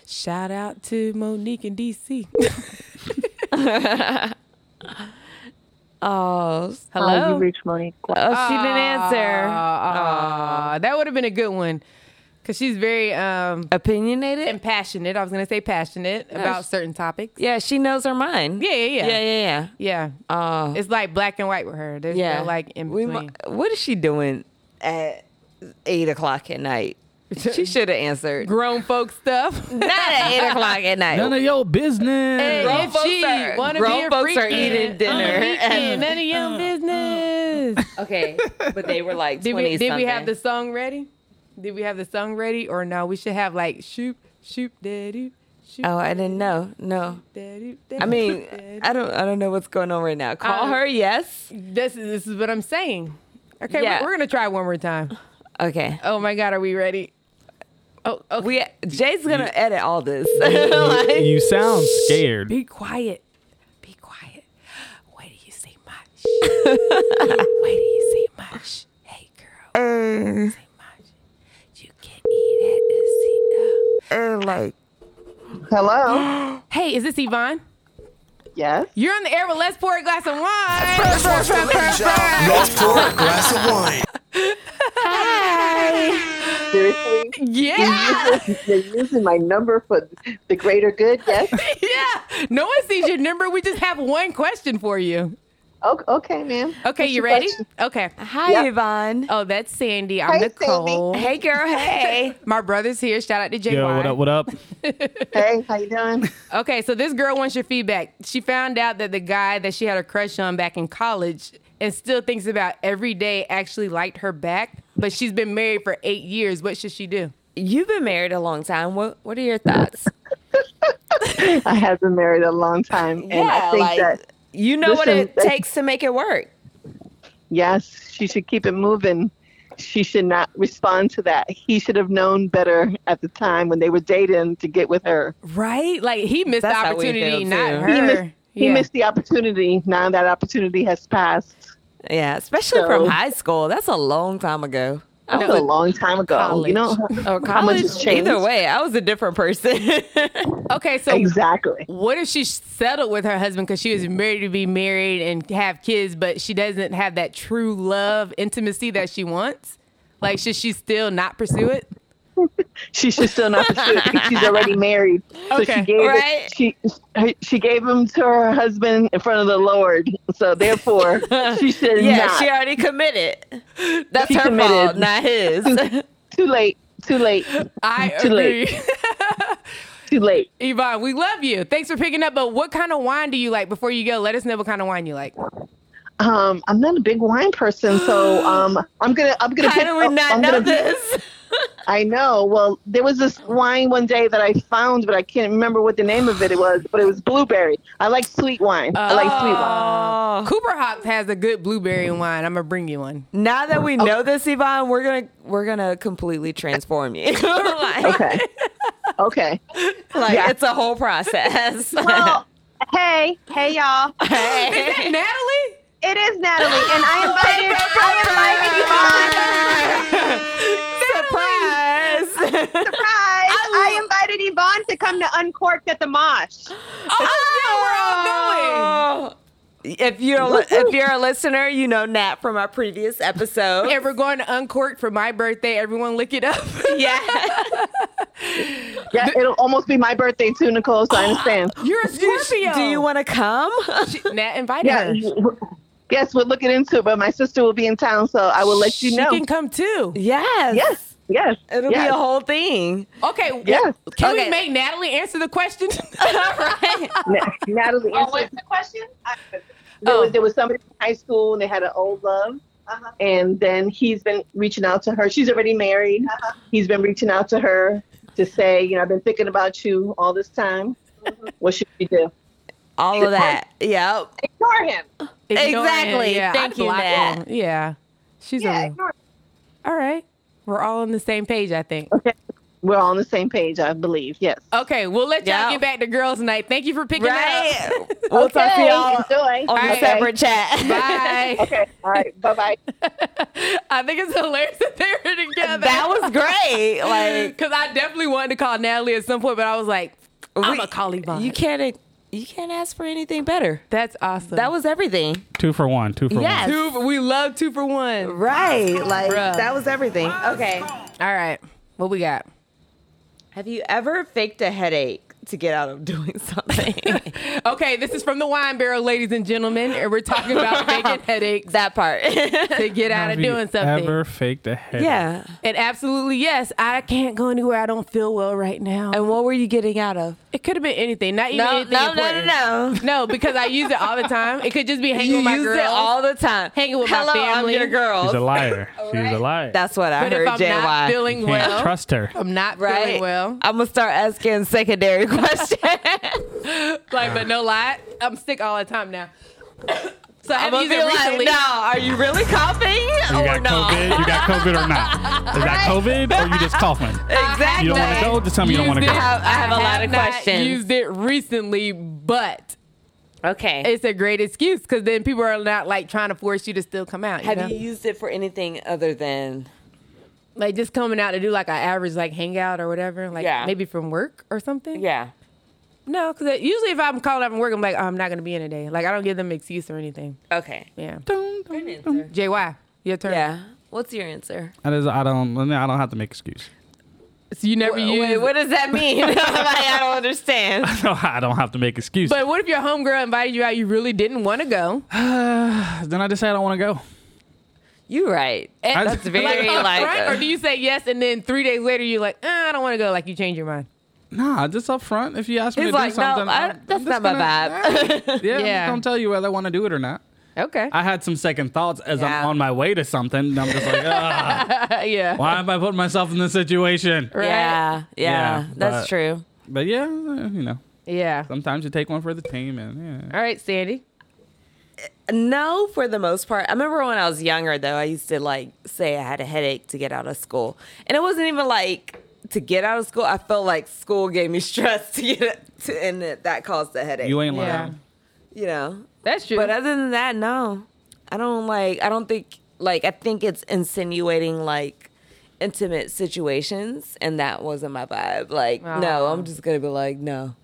Speaker 2: Shout out to Monique in DC.
Speaker 1: oh,
Speaker 2: Hello?
Speaker 9: you reached Monique.
Speaker 1: Oh, she didn't answer.
Speaker 2: Ah. Aw, Uh, that would have been a good one. Cause she's very um,
Speaker 1: opinionated
Speaker 2: and passionate. I was gonna say passionate
Speaker 1: Yeah,
Speaker 2: about
Speaker 1: she-
Speaker 2: certain topics.
Speaker 1: Yeah, she knows her mind.
Speaker 2: Yeah, yeah, yeah,
Speaker 1: yeah, yeah,
Speaker 2: yeah.
Speaker 1: Uh,
Speaker 2: it's like black and white with her. There's
Speaker 1: yeah.
Speaker 2: no like in
Speaker 1: We
Speaker 2: between.
Speaker 1: mi- what is she doing at eight o'clock at night? She should have answered.
Speaker 2: Grown folk stuff.
Speaker 1: Not at eight o'clock at night.
Speaker 3: None of your business.
Speaker 2: Hey,
Speaker 1: Grown
Speaker 2: if
Speaker 1: folks
Speaker 2: she
Speaker 1: are-
Speaker 2: wanna
Speaker 1: grown
Speaker 2: be a
Speaker 1: folks
Speaker 2: freak
Speaker 1: are
Speaker 2: kid
Speaker 1: eating dinner
Speaker 2: on the weekend,
Speaker 1: and-
Speaker 2: none of your
Speaker 1: mm.
Speaker 2: business.
Speaker 1: Okay, but they were like
Speaker 2: Did we,
Speaker 1: 20
Speaker 2: did we have
Speaker 1: something.
Speaker 2: the song ready? Did we have the song ready or no? We should have like shoot, shoot, daddy, shoot.
Speaker 1: Oh, I didn't know. No.
Speaker 2: daddy,
Speaker 1: I
Speaker 2: daddy,
Speaker 1: mean,
Speaker 2: daddy.
Speaker 1: I don't I don't know what's going on right now. Call
Speaker 2: Um,
Speaker 1: her, yes.
Speaker 2: This is this is what I'm saying. Okay,
Speaker 1: Yeah.
Speaker 2: we're, we're gonna try one more time.
Speaker 1: Okay.
Speaker 2: Oh my God, are we ready? Oh, okay.
Speaker 1: We Jay's gonna edit all this.
Speaker 3: You- you sound scared.
Speaker 2: Be quiet. Be quiet. Wait till you see my shh. Wait till you see my shh. Hey, girl. See my shh. You can eat it and see like.
Speaker 9: Hello.
Speaker 2: Hey, is this Yvonne?
Speaker 9: Yes.
Speaker 2: You're on the air with Let's Pour a Glass of Wine.
Speaker 4: Let's pour a glass of wine.
Speaker 9: Seriously?
Speaker 2: Yeah.
Speaker 9: You're using, you're using my number for the greater good, yes?
Speaker 2: yeah. No one sees your number. We just have one question for you.
Speaker 9: Okay, okay ma'am.
Speaker 2: Okay,
Speaker 9: What's
Speaker 2: you
Speaker 9: your
Speaker 2: ready?
Speaker 9: question?
Speaker 2: Okay.
Speaker 1: Hi Yvonne.
Speaker 2: Oh, that's Sandy. I'm
Speaker 9: Hey,
Speaker 2: Nicole.
Speaker 9: Sandy.
Speaker 1: Hey girl, hey.
Speaker 2: My brother's here. Shout out to JY.
Speaker 3: Yo, what up? What up?
Speaker 9: Hey, how you doing?
Speaker 2: Okay, so this girl wants your feedback. She found out that the guy that she had a crush on back in college and still thinks about every day actually liked her back, but she's been married for eight years. What should she do?
Speaker 1: You've been married a long time. What what are your thoughts?
Speaker 9: I have been married a long time, and I think that
Speaker 1: you know what
Speaker 9: Listen,
Speaker 1: it
Speaker 9: that's-
Speaker 1: takes to make it work.
Speaker 9: yes, she should keep it moving. She should not respond to that. He should have known better at the time when they were dating to get with her.
Speaker 2: Right? Like he missed
Speaker 1: That's
Speaker 2: the
Speaker 1: how we
Speaker 2: opportunity,
Speaker 1: feel,
Speaker 2: not
Speaker 1: too.
Speaker 2: her.
Speaker 9: He missed, he
Speaker 2: Yeah.
Speaker 9: missed the opportunity. Now that opportunity has passed.
Speaker 1: Yeah, especially from
Speaker 9: So-
Speaker 1: high school. That's a long time ago. I
Speaker 9: That was
Speaker 1: was
Speaker 9: a long time ago. You know
Speaker 1: or
Speaker 9: how much
Speaker 1: Oh,
Speaker 9: has
Speaker 1: college,
Speaker 9: changed?
Speaker 1: Either way, I was a different person.
Speaker 2: Okay, so
Speaker 9: Exactly.
Speaker 2: what if she settled with her husband because she was married to be married and have kids, but she doesn't have that true love intimacy that she wants? Like, should she still not pursue it?
Speaker 9: She should still not pursue it because she's already married. So
Speaker 2: Okay,
Speaker 9: she gave it-
Speaker 1: right.
Speaker 9: she her- she gave him to her husband in front of the Lord. So therefore, she should
Speaker 1: yeah,
Speaker 9: not.
Speaker 1: she already committed. That's
Speaker 9: She
Speaker 1: her fault,
Speaker 9: committed.
Speaker 1: not his.
Speaker 9: too late. Too late.
Speaker 2: I
Speaker 9: Too
Speaker 2: agree.
Speaker 9: late. Too late.
Speaker 2: Yvonne, we love you. Thanks for picking up. But what kind of wine do you like? Before you go, let us know what kind of wine you like.
Speaker 9: Um, I'm not a big wine person, so um, I'm gonna I'm gonna.
Speaker 1: How
Speaker 9: pick-
Speaker 1: do we not
Speaker 9: I'm
Speaker 1: know
Speaker 9: gonna-
Speaker 1: this?
Speaker 9: I know. Well, there was this wine one day that I found, but I can't remember what the name of it was. But it was blueberry. I like sweet wine. I like sweet wine.
Speaker 1: Oh.
Speaker 2: Cooper Hops has a good blueberry wine. I'm gonna bring you one.
Speaker 1: Now that we know this, Yvonne, we're gonna we're gonna completely transform you. like,
Speaker 9: Okay. Okay.
Speaker 1: like,
Speaker 9: Yeah.
Speaker 1: it's a whole process.
Speaker 9: Well, hey, hey, y'all.
Speaker 1: Hey.
Speaker 2: Hey, Natalie.
Speaker 9: It is Natalie, and I invited, I invited Yvonne.
Speaker 1: Surprise!
Speaker 9: Surprise! I invited Yvonne to come to Uncorked at the Mosh.
Speaker 1: Oh, If you're a, li- if you're a listener, you know Nat from our previous episode.
Speaker 2: And we're going to Uncork for my birthday. Everyone, look it up.
Speaker 1: yeah,
Speaker 9: Yeah, it'll almost be my birthday too, Nicole. So I understand.
Speaker 2: You're a Scorpio.
Speaker 1: do you want to come?
Speaker 2: Nat invited
Speaker 9: Yeah.
Speaker 2: her.
Speaker 9: Yes, we're looking into it, but my sister will be in town, so I will let you
Speaker 2: she
Speaker 9: know.
Speaker 2: can come too.
Speaker 1: yes.
Speaker 9: Yes, yes,
Speaker 1: It'll
Speaker 9: yes.
Speaker 1: be a whole thing.
Speaker 2: Okay.
Speaker 9: Yes.
Speaker 2: Can
Speaker 1: Okay.
Speaker 2: we make Natalie answer the question?
Speaker 9: Na- Natalie, oh, what's the question? There,
Speaker 2: Oh.
Speaker 9: was, there was somebody in high school, and they had an old love. And then he's been reaching out to her. She's already married. He's been reaching out to her to say, you know, I've been thinking about you all this time. What should we do?
Speaker 1: All of that. Yep.
Speaker 9: Ignore him.
Speaker 2: Ignore it.
Speaker 1: Exactly.
Speaker 2: Yeah,
Speaker 1: Thank
Speaker 2: I'd
Speaker 1: you,
Speaker 2: block
Speaker 1: Nat.
Speaker 2: him. Yeah. She's
Speaker 9: Yeah,
Speaker 2: a.
Speaker 9: ignore him.
Speaker 2: All right. We're all on the same page, I think.
Speaker 11: We're all on the same page, I believe. Yes.
Speaker 2: Okay, we'll let y'all get back to girls' night. Thank you for picking
Speaker 11: Right.
Speaker 2: up.
Speaker 11: We'll talk to y'all Enjoy.
Speaker 1: on a separate chat.
Speaker 2: Bye.
Speaker 11: Okay. All right. Bye bye.
Speaker 2: I think it's hilarious that they were together.
Speaker 1: That was great, like-
Speaker 2: because I definitely wanted to call Natalie at some point, but I was like, I'm a call Yvonne.
Speaker 1: You can't you can't ask for anything better.
Speaker 2: That's awesome.
Speaker 1: That was everything.
Speaker 3: Two for one. Two for
Speaker 1: Yes.
Speaker 3: one.
Speaker 2: Two, we love two for one.
Speaker 1: Right. Like
Speaker 2: Bruh.
Speaker 1: that was everything. Okay.
Speaker 2: All right. What we got?
Speaker 1: Have you ever faked a headache to get out of doing something?
Speaker 2: Okay, this is from the wine barrel, ladies and gentlemen, and we're talking about faking headaches.
Speaker 1: That part.
Speaker 2: to get out
Speaker 3: Have
Speaker 2: of
Speaker 3: you
Speaker 2: doing something.
Speaker 3: Ever faked a headache?
Speaker 2: And absolutely yes. I can't go anywhere. I don't feel well right now.
Speaker 1: And what were you getting out of?
Speaker 2: It could have been anything. Not even
Speaker 1: No,
Speaker 2: anything
Speaker 1: no, no, no,
Speaker 2: important. No, because I use it all the time. It could just be hanging
Speaker 1: You
Speaker 2: with my
Speaker 1: use it
Speaker 2: girls.
Speaker 1: all the time.
Speaker 2: Hanging with
Speaker 1: Hello,
Speaker 2: my family.
Speaker 1: I'm your girl.
Speaker 3: She's a liar. She's a liar.
Speaker 1: That's Oh, what I
Speaker 2: But if
Speaker 1: heard.
Speaker 2: I'm
Speaker 1: JY.
Speaker 2: not feeling
Speaker 3: Can't
Speaker 2: well,
Speaker 3: trust her.
Speaker 2: I'm not
Speaker 1: right.
Speaker 2: feeling well.
Speaker 1: I'm gonna start asking secondary questions.
Speaker 2: Like, but no lie, I'm sick all the time now. so I
Speaker 1: I'm
Speaker 2: haven't
Speaker 1: gonna
Speaker 2: used
Speaker 1: be
Speaker 2: it
Speaker 1: like,
Speaker 2: recently.
Speaker 1: no, are you really coughing
Speaker 3: You
Speaker 1: or
Speaker 3: got
Speaker 1: not?
Speaker 3: COVID. You got COVID or not? Is that COVID or you just coughing?
Speaker 1: Exactly.
Speaker 3: You don't want to go. Just tell me you don't want to
Speaker 2: Used
Speaker 3: go.
Speaker 2: it-
Speaker 1: have- I have a lot of
Speaker 2: not
Speaker 1: questions.
Speaker 2: Used it recently, but
Speaker 1: Okay.
Speaker 2: it's a great excuse because then people are not like trying to force you to still come out. You
Speaker 1: Have
Speaker 2: know?
Speaker 1: you used it for anything other than
Speaker 2: like just coming out to do like an average like hangout or whatever, like
Speaker 1: Yeah.
Speaker 2: maybe from work or something?
Speaker 1: yeah?
Speaker 2: No, because usually if I'm called out from work, I'm like, oh, I'm not gonna be in today. Like I don't give them excuse or anything.
Speaker 1: Okay.
Speaker 2: Yeah.
Speaker 3: Um,
Speaker 2: JY, your turn.
Speaker 1: Yeah. What's your answer?
Speaker 3: That is, I don't. no, I don't have to make excuse.
Speaker 2: So you never use.
Speaker 1: Wait, what does that mean? I'm like, I don't understand.
Speaker 3: No, I don't have to make excuse.
Speaker 2: But what if your homegirl invited you out? You really didn't want to go.
Speaker 3: then I just say I don't want to go.
Speaker 1: You right.
Speaker 2: I-
Speaker 1: That's very
Speaker 3: "Oh,
Speaker 2: Like,
Speaker 1: like.
Speaker 2: right? Or do you say yes and then three days later you're like, eh, I don't want to go. Like you change your mind.
Speaker 3: Nah, just up front. If you ask me
Speaker 1: He's
Speaker 3: to
Speaker 1: like,
Speaker 3: do
Speaker 1: no,
Speaker 3: something,
Speaker 1: I-
Speaker 3: I'm-
Speaker 1: that's not
Speaker 3: I'm just
Speaker 1: my
Speaker 3: gonna-
Speaker 1: vibe.
Speaker 3: Yeah, I'm
Speaker 2: Yeah.
Speaker 3: just gonna tell you whether I want to do it or not.
Speaker 2: Okay.
Speaker 3: I had some second thoughts as I'm
Speaker 1: Yeah.
Speaker 3: on my way to something. And I'm just like, ah,
Speaker 2: yeah.
Speaker 3: why am I putting myself in this situation?
Speaker 2: Right.
Speaker 1: Yeah, yeah,
Speaker 3: Yeah,
Speaker 1: that's
Speaker 3: but-
Speaker 1: true.
Speaker 3: But yeah, you know,
Speaker 2: Yeah.
Speaker 3: sometimes you take one for the team, and yeah.
Speaker 2: All right, Sandy.
Speaker 1: No, for the most part. I remember when I was younger, though, I used to like say I had a headache to get out of school, and it wasn't even like to get out of school. I felt like school gave me stress to get to, and that- that caused the headache.
Speaker 3: you ain't lying.
Speaker 2: Yeah.
Speaker 1: you know.
Speaker 2: That's true.
Speaker 1: But uh, other than that, no, I don't like. I don't think like. I think it's insinuating like intimate situations, and that wasn't my vibe. Like, no,
Speaker 2: Aw.
Speaker 1: I'm just gonna be like, no.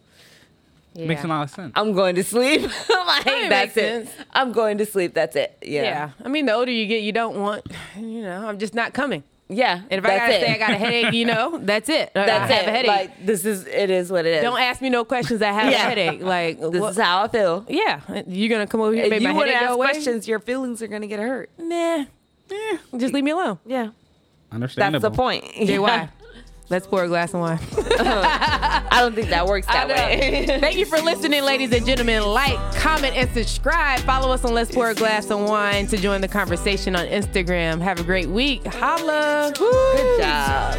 Speaker 2: yeah.
Speaker 3: Makes a lot of sense.
Speaker 1: I'm going to sleep. like
Speaker 2: That
Speaker 1: that's
Speaker 2: makes
Speaker 1: it.
Speaker 2: sense.
Speaker 1: I'm going to sleep. That's it.
Speaker 2: yeah.
Speaker 1: Yeah.
Speaker 2: I mean, the older you get, you don't want, you know, I'm just not coming.
Speaker 1: Yeah.
Speaker 2: And if I
Speaker 1: that's
Speaker 2: gotta
Speaker 1: it.
Speaker 2: say I got a headache, you know, that's it. That's
Speaker 1: that's
Speaker 2: I have
Speaker 1: it.
Speaker 2: a headache.
Speaker 1: Like this is it is what it is.
Speaker 2: don't ask me no questions. I have a
Speaker 1: Yeah.
Speaker 2: headache. Like
Speaker 1: This
Speaker 2: what-
Speaker 1: is how I feel.
Speaker 2: yeah, you're gonna come over here and
Speaker 1: If
Speaker 2: make
Speaker 1: you
Speaker 2: my
Speaker 1: want to
Speaker 2: headache go
Speaker 1: ask
Speaker 2: away.
Speaker 1: questions, your feelings are going to get hurt.
Speaker 2: Nah, just leave me alone.
Speaker 1: Yeah. That's
Speaker 3: Understandable.
Speaker 1: the point.
Speaker 2: JY, let's pour a glass of wine.
Speaker 1: I don't think that works that way.
Speaker 2: Thank you for listening, ladies and gentlemen. Like, comment, and subscribe. Follow us on Let's Pour a Glass of Wine to join the conversation on Instagram. Have a great week. Holla. Woo.
Speaker 1: Good job.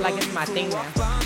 Speaker 2: Like it's my thing now.
Speaker 7: Uh,